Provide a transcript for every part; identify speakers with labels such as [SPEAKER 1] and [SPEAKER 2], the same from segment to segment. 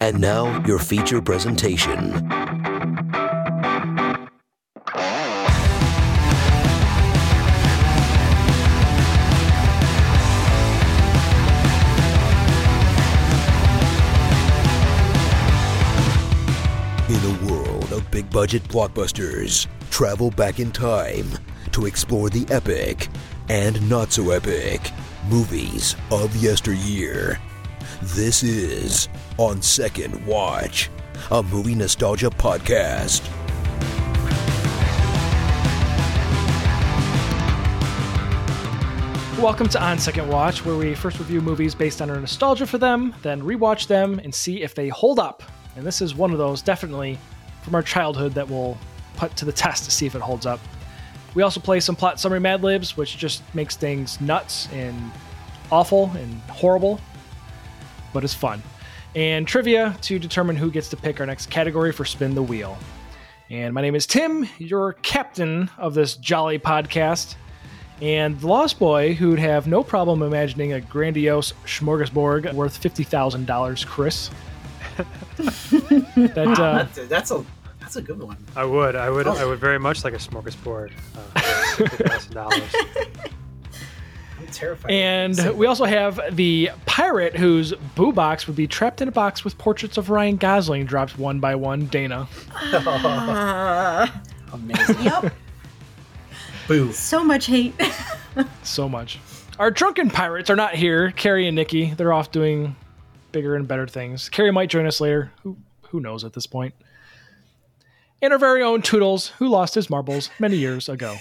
[SPEAKER 1] And now, your feature presentation. In a world of big budget blockbusters, travel back in time to explore the epic and not so epic movies of yesteryear. This is On Second Watch, a movie nostalgia podcast.
[SPEAKER 2] Welcome to On Second Watch, where we first review movies based on our nostalgia for them, then rewatch them and see if they hold up. And this is one of those, definitely, from our childhood that we'll put to the test to see if it holds up. We also play some plot summary Mad Libs, which just makes things nuts and awful and horrible, but it's fun. And trivia to determine who gets to pick our next category for Spin the Wheel. And my name is Tim, your captain of this jolly podcast. And the Lost Boy, who'd have no problem imagining a grandiose smorgasbord worth $50,000, Chris. that, uh,
[SPEAKER 3] That's a, that's a that's a good one.
[SPEAKER 4] I would. I would.
[SPEAKER 3] Oh.
[SPEAKER 4] I would very much like a smorgasbord. Uh, $50,000.
[SPEAKER 3] I'm terrified.
[SPEAKER 2] and
[SPEAKER 3] So-
[SPEAKER 2] we also have the pirate whose boo box would be trapped in a box with portraits of Ryan Gosling dropped one by one, Dana.
[SPEAKER 5] Ah,
[SPEAKER 3] amazing.
[SPEAKER 5] yep.
[SPEAKER 3] Boo.
[SPEAKER 5] So much hate.
[SPEAKER 2] So much. Our drunken pirates are not here, Carrie and Nikki. They're off doing bigger and better things. Carrie might join us later. Who who knows at this point? And our very own Toodles, who lost his marbles many years ago.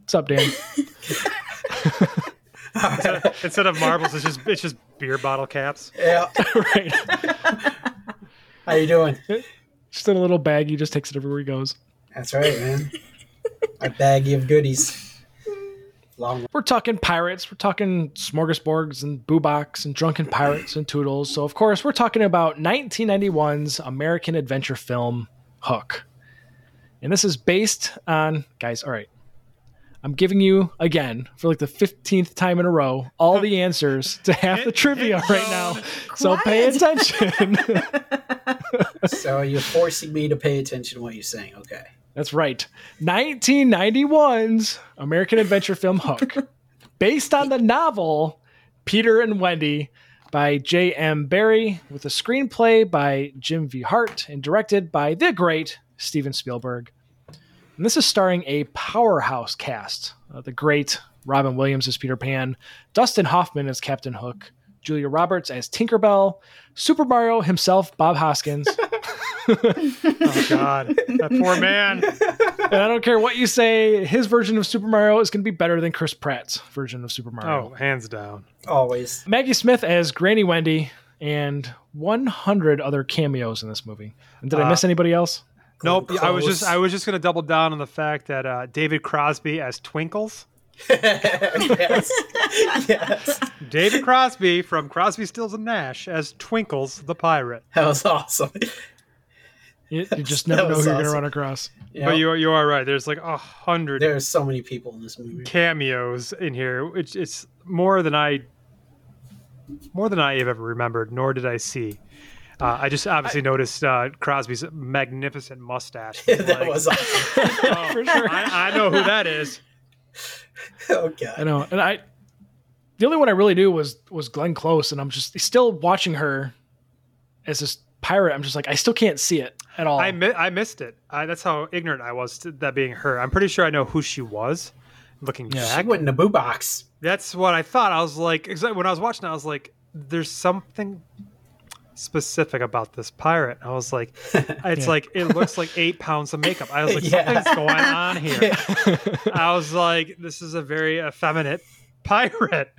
[SPEAKER 2] What's up, Dan?
[SPEAKER 4] Instead of marbles, it's just it's just beer bottle caps.
[SPEAKER 3] Yeah.
[SPEAKER 2] right.
[SPEAKER 3] How you doing?
[SPEAKER 2] Just in a little bag, he just takes it everywhere he goes.
[SPEAKER 3] That's right, man. A baggie of goodies. Long.
[SPEAKER 2] We're talking pirates, we're talking smorgasbords and boobox and drunken pirates and toodles. So, of course, we're talking about 1991's American adventure film Hook. And this is based on, guys, all right. I'm giving you again for like the 15th time in a row all the answers to half the trivia right now. So pay
[SPEAKER 5] Quiet.
[SPEAKER 2] attention.
[SPEAKER 3] So you're forcing me to pay attention to what you're saying. Okay.
[SPEAKER 2] That's right. 1991's American adventure film Hook, based on the novel Peter and Wendy by J.M. Barrie, with a screenplay by Jim V. Hart and directed by the great Steven Spielberg. And this is starring a powerhouse cast. Uh, the great Robin Williams as Peter Pan, Dustin Hoffman as Captain Hook, Julia Roberts as Tinkerbell, Super Mario himself, Bob Hoskins.
[SPEAKER 4] Oh God, that poor man.
[SPEAKER 2] And I don't care what you say, his version of Super Mario is going to be better than Chris Pratt's version of Super
[SPEAKER 4] Oh,
[SPEAKER 2] Mario.
[SPEAKER 4] hands down.
[SPEAKER 3] Always.
[SPEAKER 2] Maggie Smith as Granny Wendy and 100 other cameos in this movie. And did I
[SPEAKER 4] Uh,
[SPEAKER 2] miss anybody else?
[SPEAKER 4] Nope. I was
[SPEAKER 3] Close.
[SPEAKER 4] just I was just gonna double down on the fact that uh, David Crosby as Twinkles.
[SPEAKER 3] yes. yes.
[SPEAKER 4] David Crosby from Crosby, Stills and Nash as Twinkles the pirate.
[SPEAKER 3] That was awesome.
[SPEAKER 2] You, you just
[SPEAKER 3] That
[SPEAKER 2] never know who
[SPEAKER 3] was
[SPEAKER 2] you're going to
[SPEAKER 3] awesome.
[SPEAKER 2] run across.
[SPEAKER 3] You know,
[SPEAKER 4] But you are- you are right. There's like a hundred
[SPEAKER 3] there are so many people in this movie.
[SPEAKER 4] cameos in here. It's it's more than I more than I have ever remembered, nor did I see. Uh, I just obviously noticed uh, Crosby's magnificent mustache.
[SPEAKER 3] that
[SPEAKER 4] Like,
[SPEAKER 3] was awesome.
[SPEAKER 4] oh, I, I know who that is.
[SPEAKER 3] Oh god.
[SPEAKER 2] I know. And I the only one I really knew was was Glenn Close and I'm just still watching her as this pirate. I'm just like I still can't see it at all.
[SPEAKER 4] I mi- I missed it. I, that's how ignorant I was to that being her. I'm pretty sure I know who she was. Looking
[SPEAKER 2] Yeah.
[SPEAKER 3] She
[SPEAKER 4] back,
[SPEAKER 3] went in a boo box.
[SPEAKER 4] that's what I thought. I was like, 'cause when I was watching, I was like, there's something specific about this pirate. I was like, it's
[SPEAKER 2] Yeah.
[SPEAKER 4] like it looks like eight pounds of makeup. I was like,
[SPEAKER 3] Yeah.
[SPEAKER 4] something's going on here. I was like, this is a very effeminate pirate.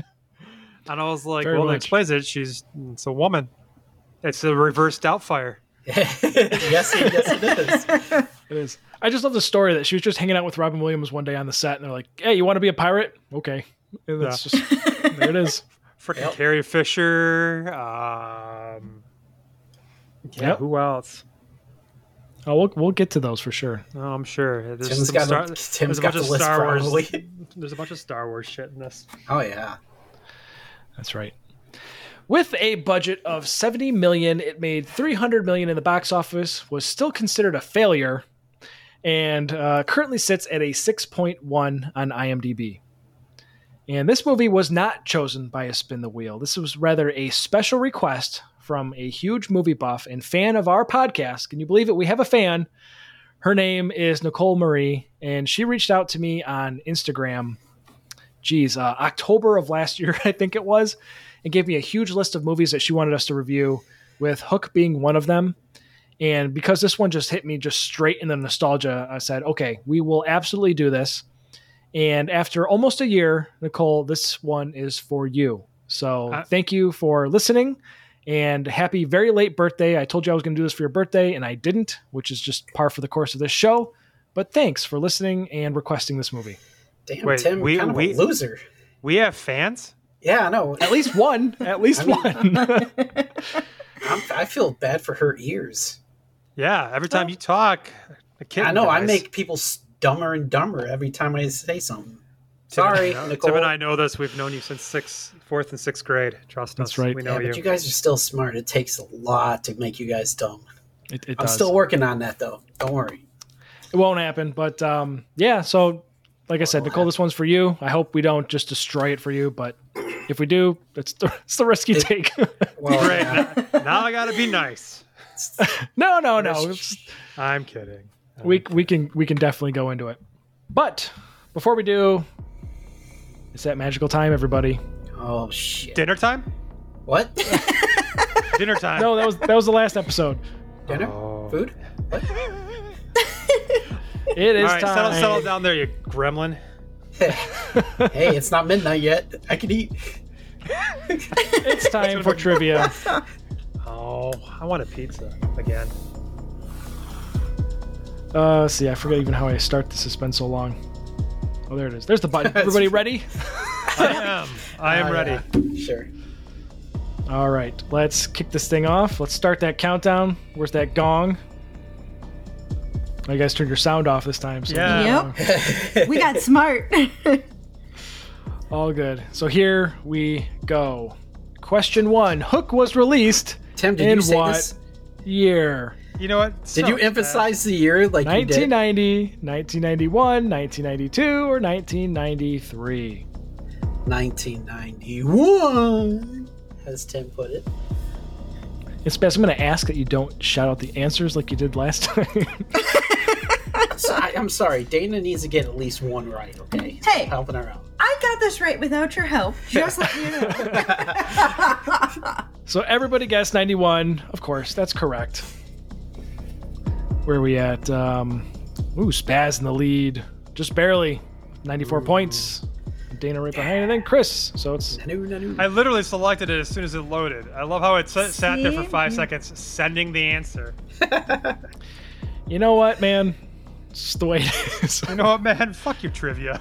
[SPEAKER 4] And I was like,
[SPEAKER 2] Very
[SPEAKER 4] well, that
[SPEAKER 2] much.
[SPEAKER 4] explains it. She's it's a woman. It's a reverse Doubtfire.
[SPEAKER 3] yes, it- yes, it is.
[SPEAKER 2] It is. I just love the story that she was just hanging out with Robin Williams one day on the set, and they're like, "Hey, you want to be a pirate? Okay." And that's just there it is.
[SPEAKER 4] Freaking
[SPEAKER 3] Yep.
[SPEAKER 4] Carrie Fisher. Um, yeah,
[SPEAKER 2] Yep.
[SPEAKER 4] who else?
[SPEAKER 2] Oh, we'll we'll get to those for sure.
[SPEAKER 4] Oh, I'm sure. There's
[SPEAKER 3] Tim's
[SPEAKER 4] some
[SPEAKER 3] got
[SPEAKER 4] Star-
[SPEAKER 3] the, Tim's
[SPEAKER 4] there's a
[SPEAKER 3] got
[SPEAKER 4] bunch
[SPEAKER 3] the
[SPEAKER 4] of
[SPEAKER 3] list
[SPEAKER 4] Star Wars.
[SPEAKER 3] probably.
[SPEAKER 4] There's a bunch of Star Wars shit in this.
[SPEAKER 3] Oh yeah.
[SPEAKER 2] That's right. With a budget of 70 million, it made 300 million in the box office, was still considered a failure, and uh, currently sits at a 6.1 on IMDb. And this movie was not chosen by a spin the wheel. This was rather a special request from a huge movie buff and fan of our podcast. Can you believe it? We have a fan. Her name is Nicole Marie, and she reached out to me on Instagram. Geez, uh, October of last year, I think it was, and gave me a huge list of movies that she wanted us to review, with Hook being one of them. And because this one just hit me just straight in the nostalgia, I said, okay, we will absolutely do this. And after almost a year, Nicole, this one is for you. So
[SPEAKER 4] Uh,
[SPEAKER 2] thank you for listening and happy very late birthday. I told you I was going to do this for your birthday and I didn't, which is just par for the course of this show. But thanks for listening and requesting this movie.
[SPEAKER 3] Damn,
[SPEAKER 4] Wait,
[SPEAKER 3] Tim,
[SPEAKER 4] we-
[SPEAKER 3] kind of
[SPEAKER 4] we-
[SPEAKER 3] a loser.
[SPEAKER 4] We have fans.
[SPEAKER 3] Yeah, I know.
[SPEAKER 2] At least one, at least one.
[SPEAKER 3] I'm, I feel bad for her ears.
[SPEAKER 4] Yeah, every time you talk, a kid.
[SPEAKER 3] I know. I make people s- dumber and dumber every time I say something.
[SPEAKER 4] Tim and I
[SPEAKER 3] Sorry,
[SPEAKER 4] know-
[SPEAKER 3] Nicole.
[SPEAKER 4] Tim and I know this. We've known you since sixth, fourth, and sixth grade. Trust
[SPEAKER 2] That's
[SPEAKER 4] us.
[SPEAKER 2] right.
[SPEAKER 4] We
[SPEAKER 3] yeah,
[SPEAKER 4] know
[SPEAKER 3] but
[SPEAKER 4] you.
[SPEAKER 3] you guys are still smart. It takes a lot to make you guys dumb.
[SPEAKER 2] It, it
[SPEAKER 3] I'm
[SPEAKER 2] does.
[SPEAKER 3] still working on that, though. Don't worry.
[SPEAKER 2] it won't happen, but um, yeah. So, like I said, Nicole, this one's for you. I hope we don't just destroy it for you, but if we do, it's the, it's the risk you take.
[SPEAKER 3] Well,
[SPEAKER 4] Great.
[SPEAKER 3] yeah,
[SPEAKER 4] now, now I gotta be nice.
[SPEAKER 2] no, no, no. It's-
[SPEAKER 4] I'm kidding. I'm
[SPEAKER 2] we we can we can definitely go into it. But before we do, it's that magical time, everybody.
[SPEAKER 3] Oh shit!
[SPEAKER 4] Dinner time?
[SPEAKER 3] What?
[SPEAKER 4] Dinner time.
[SPEAKER 2] No, that was that was the last episode.
[SPEAKER 3] Dinner?
[SPEAKER 4] Oh.
[SPEAKER 3] Food?
[SPEAKER 2] It is
[SPEAKER 4] All right,
[SPEAKER 2] time.
[SPEAKER 4] settle, settle down there, you gremlin.
[SPEAKER 3] hey, it's not midnight yet. I could eat.
[SPEAKER 2] It's time for trivia.
[SPEAKER 4] Oh, I want a pizza again.
[SPEAKER 2] Uh, let's see, I forget even how I start this. It's been so long. Oh, there it is. There's the button. Everybody ready?
[SPEAKER 4] I am. I am
[SPEAKER 3] Ah,
[SPEAKER 4] ready.
[SPEAKER 3] yeah. Sure.
[SPEAKER 2] All right, let's kick this thing off. Let's start that countdown. Where's that gong? Oh, you guys turned your sound off this time, so
[SPEAKER 4] Yeah.
[SPEAKER 5] Yep. we got smart.
[SPEAKER 2] all good. So here we go. Question one: Hook was released
[SPEAKER 3] Tim, did
[SPEAKER 2] In
[SPEAKER 3] you say
[SPEAKER 2] what
[SPEAKER 3] this?
[SPEAKER 2] year
[SPEAKER 4] You know what?
[SPEAKER 3] Did you emphasize the year like you did?
[SPEAKER 2] 1990, 1991, 1992, or 1993?
[SPEAKER 3] 1991, as Tim put it.
[SPEAKER 2] It's best. I'm going to ask that you don't shout out the answers like you did last time.
[SPEAKER 3] So, I, I'm sorry, Dana needs to get at least one right, okay?
[SPEAKER 5] Hey.
[SPEAKER 3] Helping her out.
[SPEAKER 5] I got this right without your help. Just let you know.
[SPEAKER 2] so everybody guessed 91. Of course, that's correct. Where are we at? Um, ooh, Spaz in the lead, just barely, 94 points. Dana right behind, and then Chris. So it's
[SPEAKER 3] Nanu, nanu.
[SPEAKER 4] I literally selected it as soon as it loaded. I love how it s- sat there for
[SPEAKER 5] See?
[SPEAKER 4] five seconds, sending the answer.
[SPEAKER 2] you know what, man. It's just the way it is.
[SPEAKER 4] You know what, man? Fuck your trivia.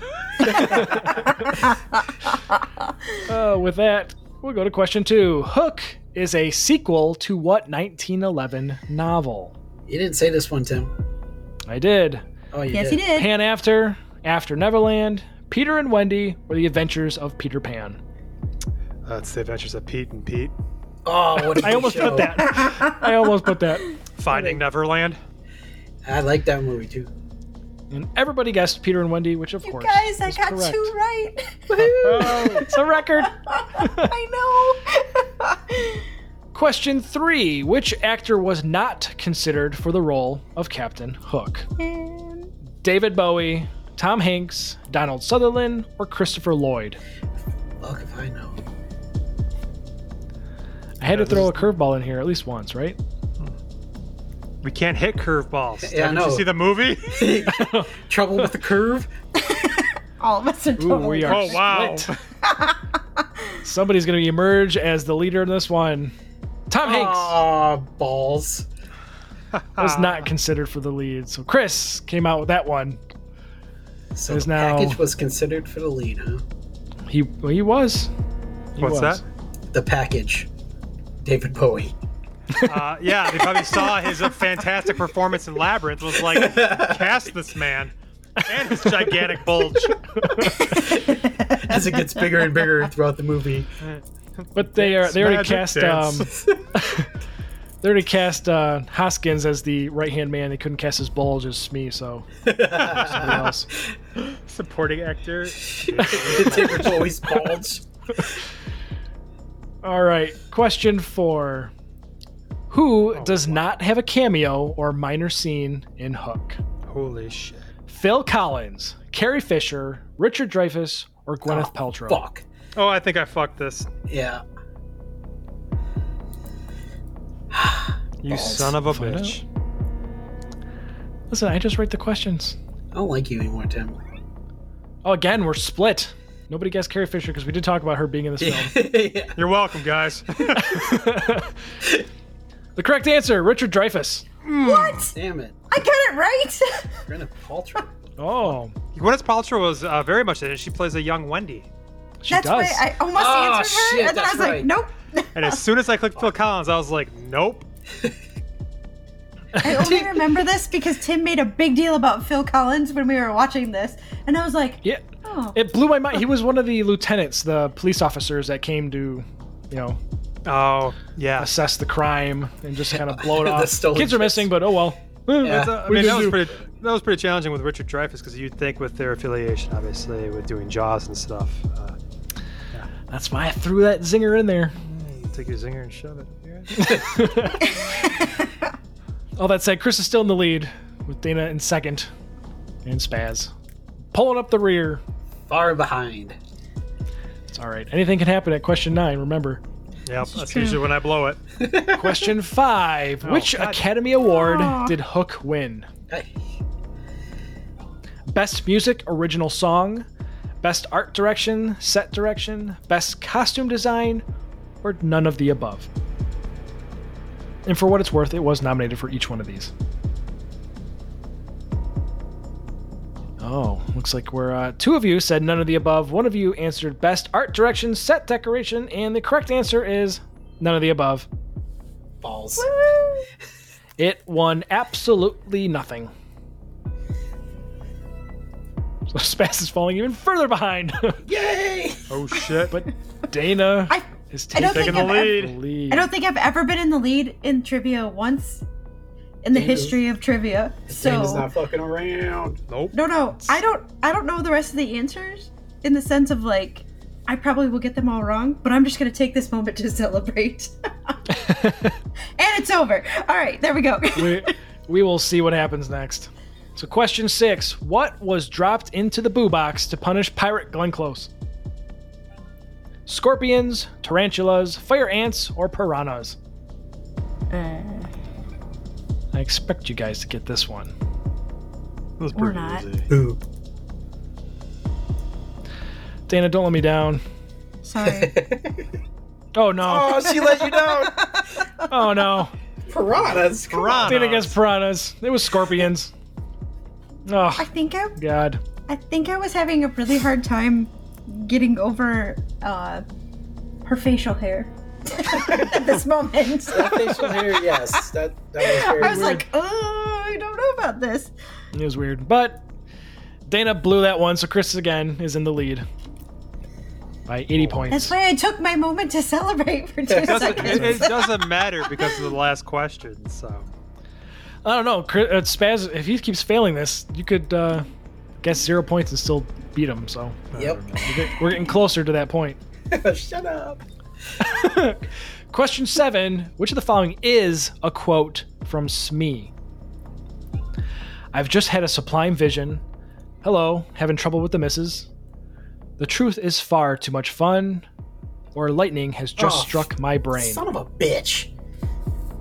[SPEAKER 2] Uh, with that, we'll go to question two. Hook is a sequel to what 1911 novel?
[SPEAKER 3] You didn't say this one, Tim.
[SPEAKER 2] I did.
[SPEAKER 3] Oh, you
[SPEAKER 5] yes, he
[SPEAKER 3] did.
[SPEAKER 5] did.
[SPEAKER 2] Pan After, After Neverland, Peter and Wendy, or The Adventures of Peter Pan.
[SPEAKER 4] Uh, it's the adventures of Pete and Pete.
[SPEAKER 3] Oh, what a
[SPEAKER 2] I
[SPEAKER 3] good
[SPEAKER 2] almost
[SPEAKER 3] show.
[SPEAKER 2] put that. I almost put that.
[SPEAKER 4] Finding Neverland.
[SPEAKER 3] I like that movie too.
[SPEAKER 2] And everybody guessed Peter and Wendy, which of
[SPEAKER 5] you
[SPEAKER 2] course
[SPEAKER 5] guys, I
[SPEAKER 2] is
[SPEAKER 5] got
[SPEAKER 2] correct.
[SPEAKER 5] two right. Woohoo!
[SPEAKER 2] It's a record.
[SPEAKER 5] I know.
[SPEAKER 2] Question three: Which actor was not considered for the role of Captain Hook?
[SPEAKER 5] And
[SPEAKER 2] David Bowie, Tom Hanks, Donald Sutherland, or Christopher Lloyd?
[SPEAKER 3] Fuck if I know.
[SPEAKER 2] I had
[SPEAKER 4] Yeah,
[SPEAKER 2] to
[SPEAKER 4] this
[SPEAKER 2] throw
[SPEAKER 4] is-
[SPEAKER 2] a curveball in here at least once, right?
[SPEAKER 4] We can't hit curveballs.
[SPEAKER 3] Yeah, I
[SPEAKER 4] Did
[SPEAKER 3] know.
[SPEAKER 4] you see the movie?
[SPEAKER 3] Trouble with the curve?
[SPEAKER 5] all of us are
[SPEAKER 2] Ooh,
[SPEAKER 5] totally
[SPEAKER 2] we are.
[SPEAKER 4] oh, wow.
[SPEAKER 2] split. Somebody's going to emerge as the leader in this one. Tom Hanks
[SPEAKER 3] Aw, balls.
[SPEAKER 2] was not considered for the lead, so Chris came out with that one.
[SPEAKER 3] So
[SPEAKER 2] There's
[SPEAKER 3] the
[SPEAKER 2] now-
[SPEAKER 3] package was considered for the lead, huh?
[SPEAKER 2] He well, he was. He was.
[SPEAKER 4] What's that?
[SPEAKER 3] The package. David Bowie.
[SPEAKER 4] Uh, yeah, they probably saw his uh, fantastic performance in Labyrinth. Was like, cast this man and his gigantic bulge.
[SPEAKER 3] As it gets bigger and bigger throughout the movie.
[SPEAKER 2] But they are they already
[SPEAKER 4] Magic
[SPEAKER 2] cast um,
[SPEAKER 4] dance.
[SPEAKER 2] they already cast uh, Hoskins as the right hand man. They couldn't cast his bulge as me, so somebody else.
[SPEAKER 4] supporting actor.
[SPEAKER 3] the Timber's always bulge.
[SPEAKER 2] All right, question four: Who
[SPEAKER 4] Oh,
[SPEAKER 2] does not have a cameo or minor scene in Hook?
[SPEAKER 4] Holy shit!
[SPEAKER 2] Phil Collins, Carrie Fisher, Richard Dreyfuss, or Gwyneth Paltrow?
[SPEAKER 3] Fuck.
[SPEAKER 4] Oh, I think I fucked this.
[SPEAKER 3] Yeah.
[SPEAKER 4] You
[SPEAKER 3] Balls.
[SPEAKER 4] son of a
[SPEAKER 2] Find
[SPEAKER 4] bitch.
[SPEAKER 2] Listen, I just write the questions.
[SPEAKER 3] I don't like you anymore, Tim.
[SPEAKER 2] Oh, again, we're split. Nobody guessed Carrie Fisher because we did talk about her being in this film.
[SPEAKER 3] yeah.
[SPEAKER 4] You're welcome, guys.
[SPEAKER 2] The correct answer: Richard Dreyfuss.
[SPEAKER 5] What?
[SPEAKER 3] Damn it.
[SPEAKER 5] I got it right.
[SPEAKER 3] Gwyneth Paltrow.
[SPEAKER 2] Oh,
[SPEAKER 4] Gwyneth Paltrow was uh, very much in it. She plays a young Wendy.
[SPEAKER 2] she
[SPEAKER 5] that's
[SPEAKER 2] does. Ah,
[SPEAKER 5] why I almost
[SPEAKER 3] Oh,
[SPEAKER 5] answered her,
[SPEAKER 3] shit,
[SPEAKER 5] and then I
[SPEAKER 3] that's
[SPEAKER 5] was
[SPEAKER 3] right.
[SPEAKER 5] like, nope.
[SPEAKER 4] And as soon as I clicked Phil Collins, I was like, nope.
[SPEAKER 5] I only remember this because Tim made a big deal about Phil Collins when we were watching this, and I was like,
[SPEAKER 2] yeah,
[SPEAKER 5] oh,
[SPEAKER 2] it blew my mind. He was one of the lieutenants, the police officers that came to, you know,
[SPEAKER 4] Oh, yeah.
[SPEAKER 2] assess the crime and just kind of blow it
[SPEAKER 3] The
[SPEAKER 2] off.
[SPEAKER 3] stolen
[SPEAKER 2] Kids are
[SPEAKER 3] kids.
[SPEAKER 2] missing, but oh well.
[SPEAKER 4] It's, uh, I mean,
[SPEAKER 2] you
[SPEAKER 4] that
[SPEAKER 2] gonna
[SPEAKER 4] was
[SPEAKER 2] do?
[SPEAKER 4] pretty. That was pretty challenging with Richard Dreyfuss because you'd think with their affiliation, obviously, with doing Jaws and stuff, uh,
[SPEAKER 2] That's why I threw that zinger in there.
[SPEAKER 4] you take your zinger and shove it.
[SPEAKER 2] All that said, Chris is still in the lead with Dana in second and Spaz pulling up the rear.
[SPEAKER 3] Far behind.
[SPEAKER 2] It's all right. Anything can happen at question nine, remember.
[SPEAKER 4] Yep, that's usually when I blow it.
[SPEAKER 2] Question five Which
[SPEAKER 4] God.
[SPEAKER 2] Academy Award
[SPEAKER 5] Aw.
[SPEAKER 2] did Hook win?
[SPEAKER 3] Hey.
[SPEAKER 2] Best Music, Original Song, Best Art Direction, Set Direction, Best Costume Design, or none of the above. And for what it's worth, it was nominated for each one of these. Oh, looks like we're uh, two of you said none of the above. One of you answered best art direction, set decoration, and the correct answer is none of the above.
[SPEAKER 3] Balls.
[SPEAKER 2] It won absolutely nothing. So Spaz is falling even further behind.
[SPEAKER 3] Yay!
[SPEAKER 4] Oh shit!
[SPEAKER 2] but Dana
[SPEAKER 5] I,
[SPEAKER 2] is
[SPEAKER 5] I don't
[SPEAKER 2] taking
[SPEAKER 4] Taking
[SPEAKER 5] think
[SPEAKER 4] the
[SPEAKER 5] I've ever,
[SPEAKER 2] the
[SPEAKER 4] lead.
[SPEAKER 2] lead.
[SPEAKER 5] I don't think I've ever been in the lead in trivia once in the
[SPEAKER 3] Ew.
[SPEAKER 5] history of trivia.
[SPEAKER 3] Dana's
[SPEAKER 5] So
[SPEAKER 3] not fucking around.
[SPEAKER 4] Nope.
[SPEAKER 5] no, no, I don't. I don't know the rest of the answers in the sense of like, I probably will get them all wrong, but I'm just gonna take this moment to celebrate. and it's over. All right, there we go.
[SPEAKER 2] we, we will see what happens next. So, question six What was dropped into the boo box to punish pirate Glenclose? Scorpions, tarantulas, fire ants, or piranhas?
[SPEAKER 5] Uh,
[SPEAKER 2] I expect you guys to get this one.
[SPEAKER 4] That's
[SPEAKER 5] Or not.
[SPEAKER 3] Ooh.
[SPEAKER 2] Dana, don't let me down.
[SPEAKER 5] Sorry.
[SPEAKER 2] Oh no.
[SPEAKER 3] Oh, she let you down.
[SPEAKER 2] Oh no.
[SPEAKER 3] Piranhas. Come on.
[SPEAKER 2] Dana gets piranhas. It was scorpions. Oh,
[SPEAKER 5] I think I,
[SPEAKER 2] God.
[SPEAKER 5] I think I was having a really hard time getting over uh, her facial hair at this moment.
[SPEAKER 3] Facial hair, yes. That, that was very
[SPEAKER 5] I was
[SPEAKER 3] weird.
[SPEAKER 5] like, oh, I don't know about this.
[SPEAKER 2] It was weird. But Dana blew that one, so Chris again is in the lead by 80 points.
[SPEAKER 5] That's why I took my moment to celebrate for two
[SPEAKER 4] Doesn't, it, it
[SPEAKER 5] seconds.
[SPEAKER 4] doesn't matter because of the last question. So
[SPEAKER 2] I don't know. Chris, uh, Spaz, if he keeps failing this, you could uh, guess zero points and still beat him. So
[SPEAKER 3] yep.
[SPEAKER 2] we're getting closer to that point.
[SPEAKER 3] Shut up.
[SPEAKER 2] Question seven Which of the following is a quote from Smee? I've just had a sublime vision. Hello, having trouble with the misses. The truth is far too much fun. Or lightning has just
[SPEAKER 3] Oh,
[SPEAKER 2] struck my brain.
[SPEAKER 3] Son of a bitch.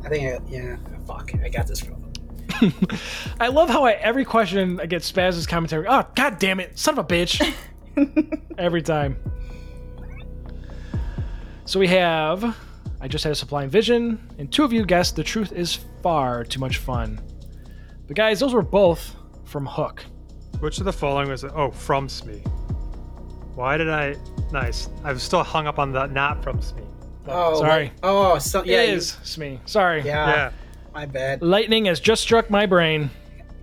[SPEAKER 3] I think I, yeah, fuck. I got this wrong.
[SPEAKER 2] I love how I, every question I get Spaz's commentary. Oh, god damn it, son of a bitch. every time. So we have I just had a supply and vision, and two of you guessed the truth is far too much fun. But guys, those were both from Hook.
[SPEAKER 4] which of the following was oh from Smee? Why did I? Nice. I'm still hung up on the not from Smee.
[SPEAKER 3] Oh,
[SPEAKER 2] Sorry.
[SPEAKER 3] like- oh, so, yeah,
[SPEAKER 2] it
[SPEAKER 3] you-
[SPEAKER 2] is Smee. Sorry.
[SPEAKER 3] Yeah,
[SPEAKER 4] Yeah.
[SPEAKER 3] my bad.
[SPEAKER 2] Lightning has just struck my brain.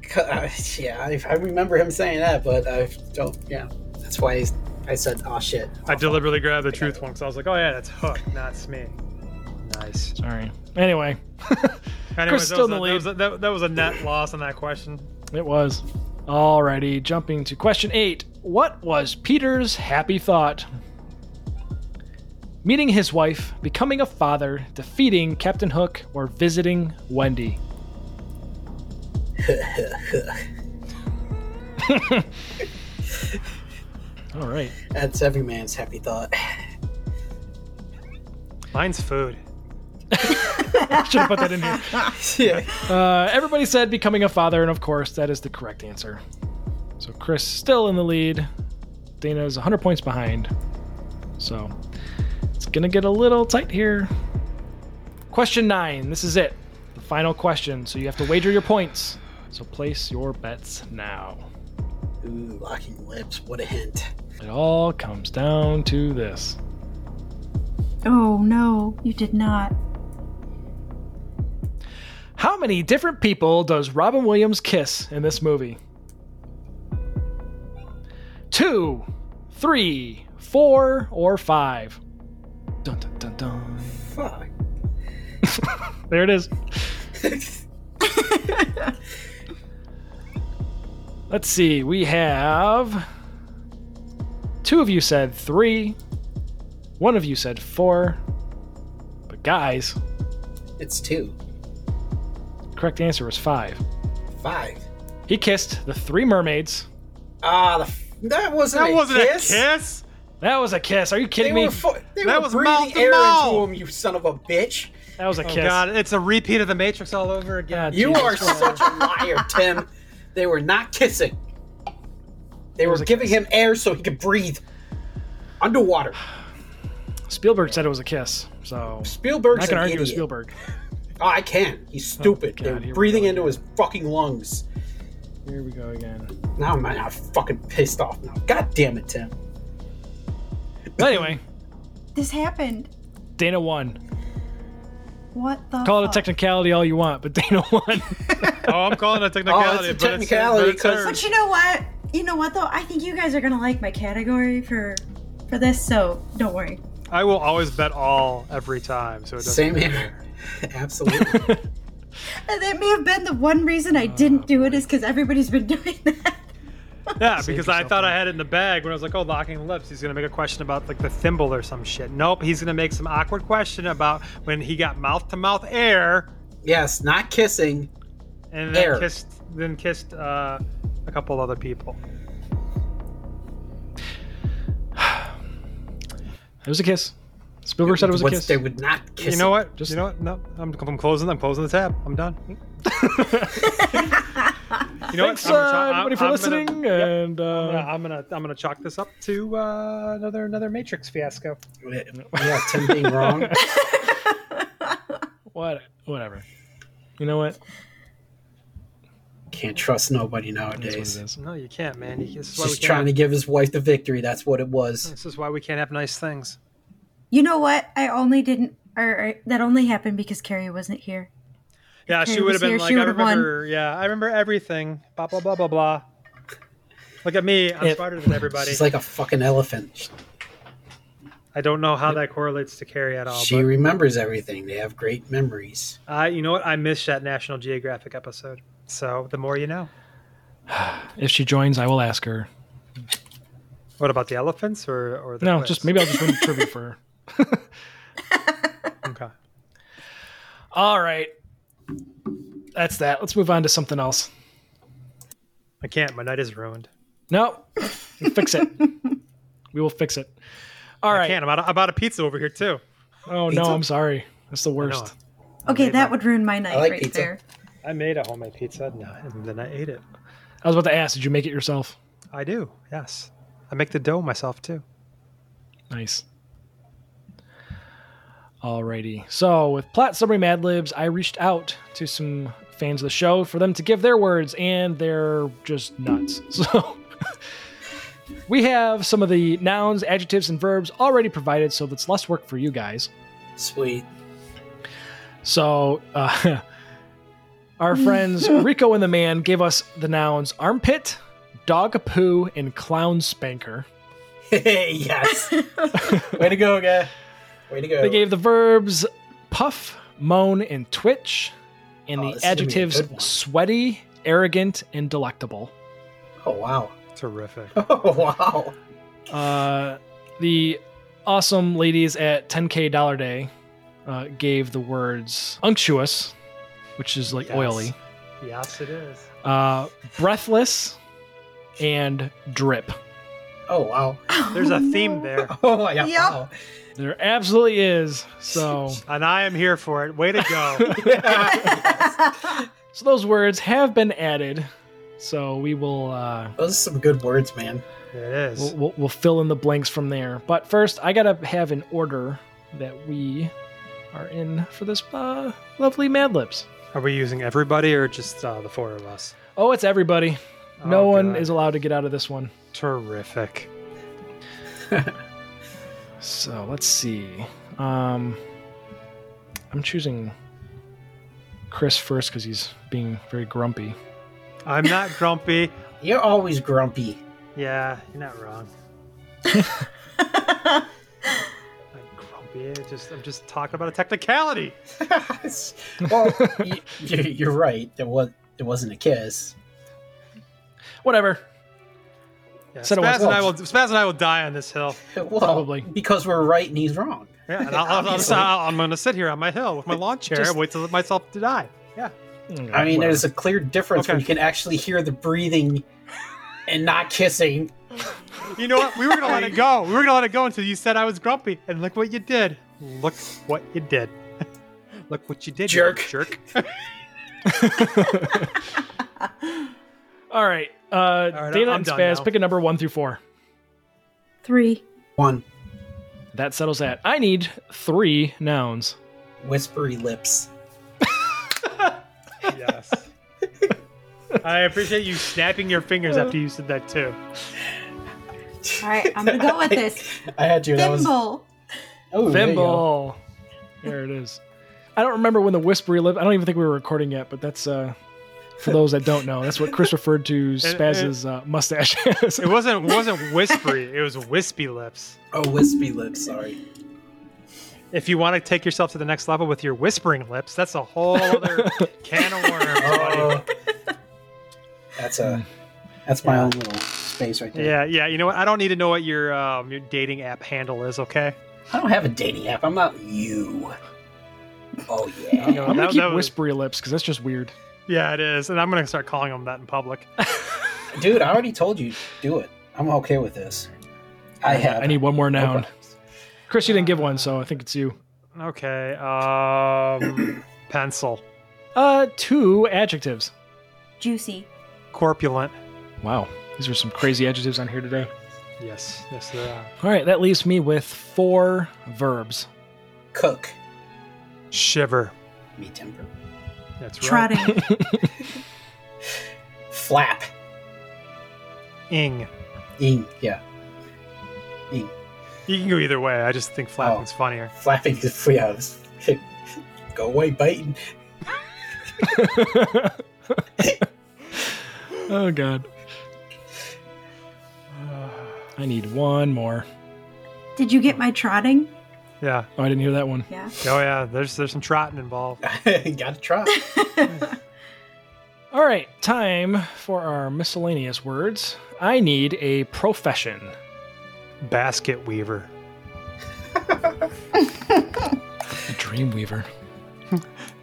[SPEAKER 3] C- uh, yeah, I, I remember him saying that, but I don't. Yeah, that's why he's, I said, oh shit.
[SPEAKER 4] I deliberately grabbed the truth one because I was like, oh yeah, that's Hook, not Smee. Nice.
[SPEAKER 2] Sorry. Anyway,
[SPEAKER 4] Anyways,
[SPEAKER 2] still in
[SPEAKER 4] that,
[SPEAKER 2] the
[SPEAKER 4] was a, that, was a, that, that was a net loss on that question.
[SPEAKER 2] it was. Alrighty, jumping to question eight. What was Peter's happy thought? Meeting his wife, becoming a father, defeating Captain Hook, or visiting Wendy. All right.
[SPEAKER 3] That's every man's happy thought.
[SPEAKER 4] Mine's food.
[SPEAKER 2] Should have put that in here.
[SPEAKER 3] yeah.
[SPEAKER 2] Uh, everybody said becoming a father, and of course, that is the correct answer. So Chris still in the lead. Dana is 100 points behind. So it's going to get a little tight here. Question nine. This is it. The final question. So you have to wager your points. So place your bets now.
[SPEAKER 3] Ooh, locking lips. What a hint.
[SPEAKER 2] It all comes down to this.
[SPEAKER 5] Oh no, you did not.
[SPEAKER 2] How many different people does Robin Williams kiss in this movie? Two, three, four, or five? Dun, dun, dun, dun.
[SPEAKER 3] Fuck.
[SPEAKER 2] There it is. Let's see. We have two of you said three, one of you said four. But guys,
[SPEAKER 3] It's two.
[SPEAKER 2] correct answer was five.
[SPEAKER 3] Five.
[SPEAKER 2] He kissed the three mermaids.
[SPEAKER 3] Ah, the f- that wasn't
[SPEAKER 4] That
[SPEAKER 3] a
[SPEAKER 4] wasn't
[SPEAKER 3] kiss.
[SPEAKER 4] a kiss.
[SPEAKER 2] That was a kiss. Are you
[SPEAKER 3] They
[SPEAKER 2] kidding me?
[SPEAKER 3] were, fu- they
[SPEAKER 4] That
[SPEAKER 3] were
[SPEAKER 4] was
[SPEAKER 3] breathing
[SPEAKER 4] mouth to
[SPEAKER 3] air into
[SPEAKER 4] mouth.
[SPEAKER 3] him, you son of a bitch.
[SPEAKER 2] that was a
[SPEAKER 4] Oh
[SPEAKER 2] kiss.
[SPEAKER 4] god, it's a repeat of the Matrix all over again.
[SPEAKER 2] God,
[SPEAKER 3] You
[SPEAKER 2] Jesus
[SPEAKER 3] are
[SPEAKER 2] Christ.
[SPEAKER 3] such a liar, Tim. They were not kissing. They were
[SPEAKER 2] was a
[SPEAKER 3] giving
[SPEAKER 2] kiss.
[SPEAKER 3] him air so he could breathe underwater.
[SPEAKER 2] Spielberg said it was a kiss, so
[SPEAKER 3] Spielberg's
[SPEAKER 2] I can
[SPEAKER 3] an
[SPEAKER 2] argue with
[SPEAKER 3] idiot.
[SPEAKER 2] Spielberg.
[SPEAKER 3] Oh, I can. He's stupid.
[SPEAKER 2] God, here we
[SPEAKER 3] They're breathing
[SPEAKER 2] go
[SPEAKER 3] into his fucking lungs.
[SPEAKER 2] Here we go again.
[SPEAKER 3] Now I'm, I'm fucking pissed off now. God damn it, Tim.
[SPEAKER 2] But anyway,
[SPEAKER 5] This happened.
[SPEAKER 2] Dana won.
[SPEAKER 5] What the?
[SPEAKER 2] Call it a
[SPEAKER 3] Oh.
[SPEAKER 5] fuck?
[SPEAKER 2] technicality all you want, but Dana won.
[SPEAKER 4] Oh, I'm calling it
[SPEAKER 3] Oh,
[SPEAKER 4] technicality.
[SPEAKER 3] it's a
[SPEAKER 4] but it's-
[SPEAKER 3] technicality,
[SPEAKER 4] but it's
[SPEAKER 3] 'cause-
[SPEAKER 4] hers.
[SPEAKER 5] But you know what? You know what though? I think you guys are gonna like my category for for this, so don't worry.
[SPEAKER 4] I will always bet all every time, so it doesn't
[SPEAKER 3] Same
[SPEAKER 4] matter.
[SPEAKER 3] here. Absolutely.
[SPEAKER 5] And that may have been the one reason I didn't do it is because everybody's been doing that.
[SPEAKER 4] Yeah,
[SPEAKER 2] Save
[SPEAKER 4] because I
[SPEAKER 2] yourself
[SPEAKER 4] thought I
[SPEAKER 2] money.
[SPEAKER 4] had it in the bag when I was like, oh, locking lips. He's gonna make a question about like the thimble or some shit. Nope, he's gonna make some awkward question about when he got mouth to mouth air
[SPEAKER 3] yes, not kissing.
[SPEAKER 4] and then
[SPEAKER 3] Air.
[SPEAKER 4] kissed then kissed uh, a couple other people.
[SPEAKER 2] it was a kiss. Spielberg said it was a
[SPEAKER 3] Once
[SPEAKER 2] kiss.
[SPEAKER 3] They would not kiss.
[SPEAKER 4] You know what?
[SPEAKER 2] Just-
[SPEAKER 4] you know what? No, I'm, I'm closing. I'm closing the tab. I'm done. you know
[SPEAKER 2] Thanks,
[SPEAKER 4] what? I'm gonna
[SPEAKER 2] uh,
[SPEAKER 4] chalk- I'm-
[SPEAKER 2] everybody, for
[SPEAKER 4] I'm gonna-
[SPEAKER 2] listening. And
[SPEAKER 4] I'm gonna,
[SPEAKER 2] uh,
[SPEAKER 4] I'm gonna I'm gonna chalk this up to uh, another another Matrix fiasco.
[SPEAKER 3] Yeah, Tim being wrong.
[SPEAKER 2] what? Whatever. You know what?
[SPEAKER 3] Can't trust nobody
[SPEAKER 2] That's what it
[SPEAKER 3] nowadays.
[SPEAKER 2] is.
[SPEAKER 4] No, you can't, man. You, this, is why we
[SPEAKER 3] Just
[SPEAKER 4] can't
[SPEAKER 3] trying to
[SPEAKER 4] have,
[SPEAKER 3] give his wife the victory. That's what it was.
[SPEAKER 4] this is why we can't have nice things.
[SPEAKER 5] You know what? I only didn't, or, or that only happened because Carrie wasn't here.
[SPEAKER 4] Yeah, she
[SPEAKER 5] Carrie
[SPEAKER 4] would
[SPEAKER 5] was
[SPEAKER 4] have been
[SPEAKER 5] here,
[SPEAKER 4] like,
[SPEAKER 5] she
[SPEAKER 4] I
[SPEAKER 5] would've won.
[SPEAKER 4] remember. Yeah, I remember everything. Blah blah blah blah blah. Look at me. I'm
[SPEAKER 2] If-
[SPEAKER 4] smarter than everybody.
[SPEAKER 3] She's like a fucking elephant.
[SPEAKER 4] I don't know how that correlates to Carrie at all.
[SPEAKER 3] She
[SPEAKER 4] Oh, But
[SPEAKER 3] remembers everything. They have great memories.
[SPEAKER 4] I, you know what? I missed that National Geographic episode. So the more you know.
[SPEAKER 2] If she joins, I will ask her.
[SPEAKER 4] What about the elephants or or the
[SPEAKER 2] No,
[SPEAKER 4] quiz?
[SPEAKER 2] just maybe I'll just win a trivia for her.
[SPEAKER 4] Okay.
[SPEAKER 2] All right. That's that. Let's move on to something else.
[SPEAKER 4] I can't. My night is ruined.
[SPEAKER 2] No, we'll fix it. We will fix it. All
[SPEAKER 4] I
[SPEAKER 2] right.
[SPEAKER 4] can't. I'm out, of, I'm out of pizza over here too.
[SPEAKER 2] Oh no,
[SPEAKER 3] Pizza?
[SPEAKER 2] I'm sorry. That's the
[SPEAKER 4] No,
[SPEAKER 2] worst.
[SPEAKER 5] Okay,
[SPEAKER 3] Oh,
[SPEAKER 4] made
[SPEAKER 5] that
[SPEAKER 4] my-
[SPEAKER 5] would ruin my night
[SPEAKER 3] like
[SPEAKER 5] right
[SPEAKER 3] pizza.
[SPEAKER 5] there.
[SPEAKER 4] I made a homemade pizza and, I- and then I ate it.
[SPEAKER 2] I was about to ask, did you make it yourself?
[SPEAKER 4] I do. Yes. I make the dough myself too.
[SPEAKER 2] Nice. Alrighty. So with Plat Summary Mad Libs, I reached out to some fans of the show for them to give their words, and they're just nuts. So we have some of the nouns, adjectives, and verbs already provided, so that's less work for you guys.
[SPEAKER 3] Sweet.
[SPEAKER 2] So, uh, our friends Rico and the Man gave us the nouns armpit, dog poo, and clown spanker.
[SPEAKER 3] yes. Way to go, guy. Way to go.
[SPEAKER 2] They gave the verbs puff, moan, and twitch, and
[SPEAKER 3] Oh,
[SPEAKER 2] the
[SPEAKER 3] this is gonna be a
[SPEAKER 2] adjectives
[SPEAKER 3] good one.
[SPEAKER 2] sweaty, arrogant, and delectable.
[SPEAKER 3] oh wow.
[SPEAKER 4] Terrific.
[SPEAKER 3] Oh wow.
[SPEAKER 2] Uh, the awesome ladies at 10K Dollar Day uh, gave the words unctuous, which is like
[SPEAKER 4] Yes.
[SPEAKER 2] oily,
[SPEAKER 4] Yes, it is.
[SPEAKER 2] uh, breathless, and drip.
[SPEAKER 3] Oh wow.
[SPEAKER 4] There's a
[SPEAKER 5] Oh,
[SPEAKER 4] theme
[SPEAKER 5] no.
[SPEAKER 4] there,
[SPEAKER 3] Oh yeah.
[SPEAKER 5] Yep.
[SPEAKER 3] Wow.
[SPEAKER 2] There absolutely is. So,
[SPEAKER 4] and I am here for it. Way to go.
[SPEAKER 2] so those words have been added. So we will. Uh,
[SPEAKER 3] Those are some good words, man.
[SPEAKER 4] it is.
[SPEAKER 2] We'll, we'll, we'll fill in the blanks from there. But first, I gotta have an order that we are in for this uh, lovely Mad Libs.
[SPEAKER 4] Are we using everybody or just uh, the four of us?
[SPEAKER 2] Oh, it's everybody. No
[SPEAKER 4] Oh,
[SPEAKER 2] one
[SPEAKER 4] God.
[SPEAKER 2] is allowed to get out of this one.
[SPEAKER 4] Terrific.
[SPEAKER 2] So let's see. Um, I'm choosing Chris first because he's being very grumpy.
[SPEAKER 4] I'm not grumpy.
[SPEAKER 3] You're always grumpy.
[SPEAKER 4] Yeah, you're not wrong. I'm grumpy. I just I'm just talking about a technicality.
[SPEAKER 3] well, y- y- you're right. There was there wasn't a kiss.
[SPEAKER 2] Whatever.
[SPEAKER 4] Yeah,
[SPEAKER 2] Said it
[SPEAKER 4] Spaz
[SPEAKER 2] once.
[SPEAKER 4] and I will Spaz and I will die on this hill.
[SPEAKER 3] Well,
[SPEAKER 2] Probably.
[SPEAKER 3] because we're right and he's wrong.
[SPEAKER 4] Yeah, and I'll, I'll, I'll,
[SPEAKER 3] Obviously.
[SPEAKER 4] I'll, I'm going to sit here on my hill with my lawn chair
[SPEAKER 3] Just-
[SPEAKER 4] and wait to let myself to die. Yeah.
[SPEAKER 3] I mean,
[SPEAKER 2] Whatever.
[SPEAKER 3] there's a clear difference when
[SPEAKER 4] Okay.
[SPEAKER 3] you can actually hear the breathing and not kissing.
[SPEAKER 4] You know what? We were going to let it go. We were going to let it go until you said I was grumpy. And look what you did. Look what you did. look what you did. you
[SPEAKER 3] Jerk.
[SPEAKER 4] Jerk.
[SPEAKER 2] all right. Uh,
[SPEAKER 4] right,
[SPEAKER 2] Dana
[SPEAKER 4] I'm
[SPEAKER 2] and
[SPEAKER 4] done
[SPEAKER 2] Spaz,
[SPEAKER 4] now.
[SPEAKER 2] pick a number one through four.
[SPEAKER 5] Three.
[SPEAKER 3] One
[SPEAKER 2] That settles that. I need three nouns.
[SPEAKER 3] whispery lips.
[SPEAKER 4] Yes. I appreciate you snapping your fingers after you said that too.
[SPEAKER 5] All right, I'm gonna go with this.
[SPEAKER 3] I had to. That was
[SPEAKER 5] Thimble.
[SPEAKER 3] oh, there you go.
[SPEAKER 2] Thimble. There it is. I don't remember when the whispery lip. I don't even think we were recording yet, but that's uh, for those that don't know, that's what Chris referred to Spaz's uh, mustache as.
[SPEAKER 4] It wasn't wasn't whispery. It was wispy lips.
[SPEAKER 3] Oh, wispy lips. Sorry.
[SPEAKER 4] If you want to take yourself to the next level with your whispering lips, that's a whole other can of worms, buddy.
[SPEAKER 3] Oh, that's a that's my own little space right there.
[SPEAKER 4] Yeah, yeah. You know what? I don't need to know what your um, your dating app handle is. Okay.
[SPEAKER 3] I don't have a dating app. I'm not you. Oh
[SPEAKER 4] You
[SPEAKER 3] yeah.
[SPEAKER 4] know,
[SPEAKER 2] I'm gonna
[SPEAKER 4] that-
[SPEAKER 2] keep
[SPEAKER 4] that was-
[SPEAKER 2] whispery lips because that's just weird.
[SPEAKER 4] Yeah, it is, and I'm gonna start calling them that in public.
[SPEAKER 3] Dude, I already told you do it. I'm okay with this. I have
[SPEAKER 2] I need one more
[SPEAKER 3] no
[SPEAKER 2] noun.
[SPEAKER 3] problems.
[SPEAKER 2] Chris, you didn't give one, so I think it's you.
[SPEAKER 4] Okay. Um, pencil.
[SPEAKER 2] Uh, two adjectives.
[SPEAKER 5] Juicy.
[SPEAKER 4] Corpulent.
[SPEAKER 2] Wow, these are some crazy adjectives on here today.
[SPEAKER 4] Yes. Yes, there are.
[SPEAKER 2] All right, that leaves me with four verbs.
[SPEAKER 3] Cook.
[SPEAKER 4] Shiver.
[SPEAKER 3] Me temper.
[SPEAKER 4] That's right.
[SPEAKER 5] Trotting.
[SPEAKER 3] Flap.
[SPEAKER 4] Ing.
[SPEAKER 3] Ing. Yeah. Ing.
[SPEAKER 4] You can go either way. I just think flapping's funnier.
[SPEAKER 3] Flapping the free house. Go away, biting.
[SPEAKER 2] Oh God, I need one more.
[SPEAKER 5] Did you get my trotting?
[SPEAKER 4] Yeah.
[SPEAKER 2] Oh, I didn't hear that one.
[SPEAKER 5] Yeah.
[SPEAKER 4] Oh yeah. There's there's some trotting involved.
[SPEAKER 3] Gotta try.
[SPEAKER 2] All right, time for our miscellaneous words. I need a profession.
[SPEAKER 4] Basket weaver.
[SPEAKER 2] A dream weaver.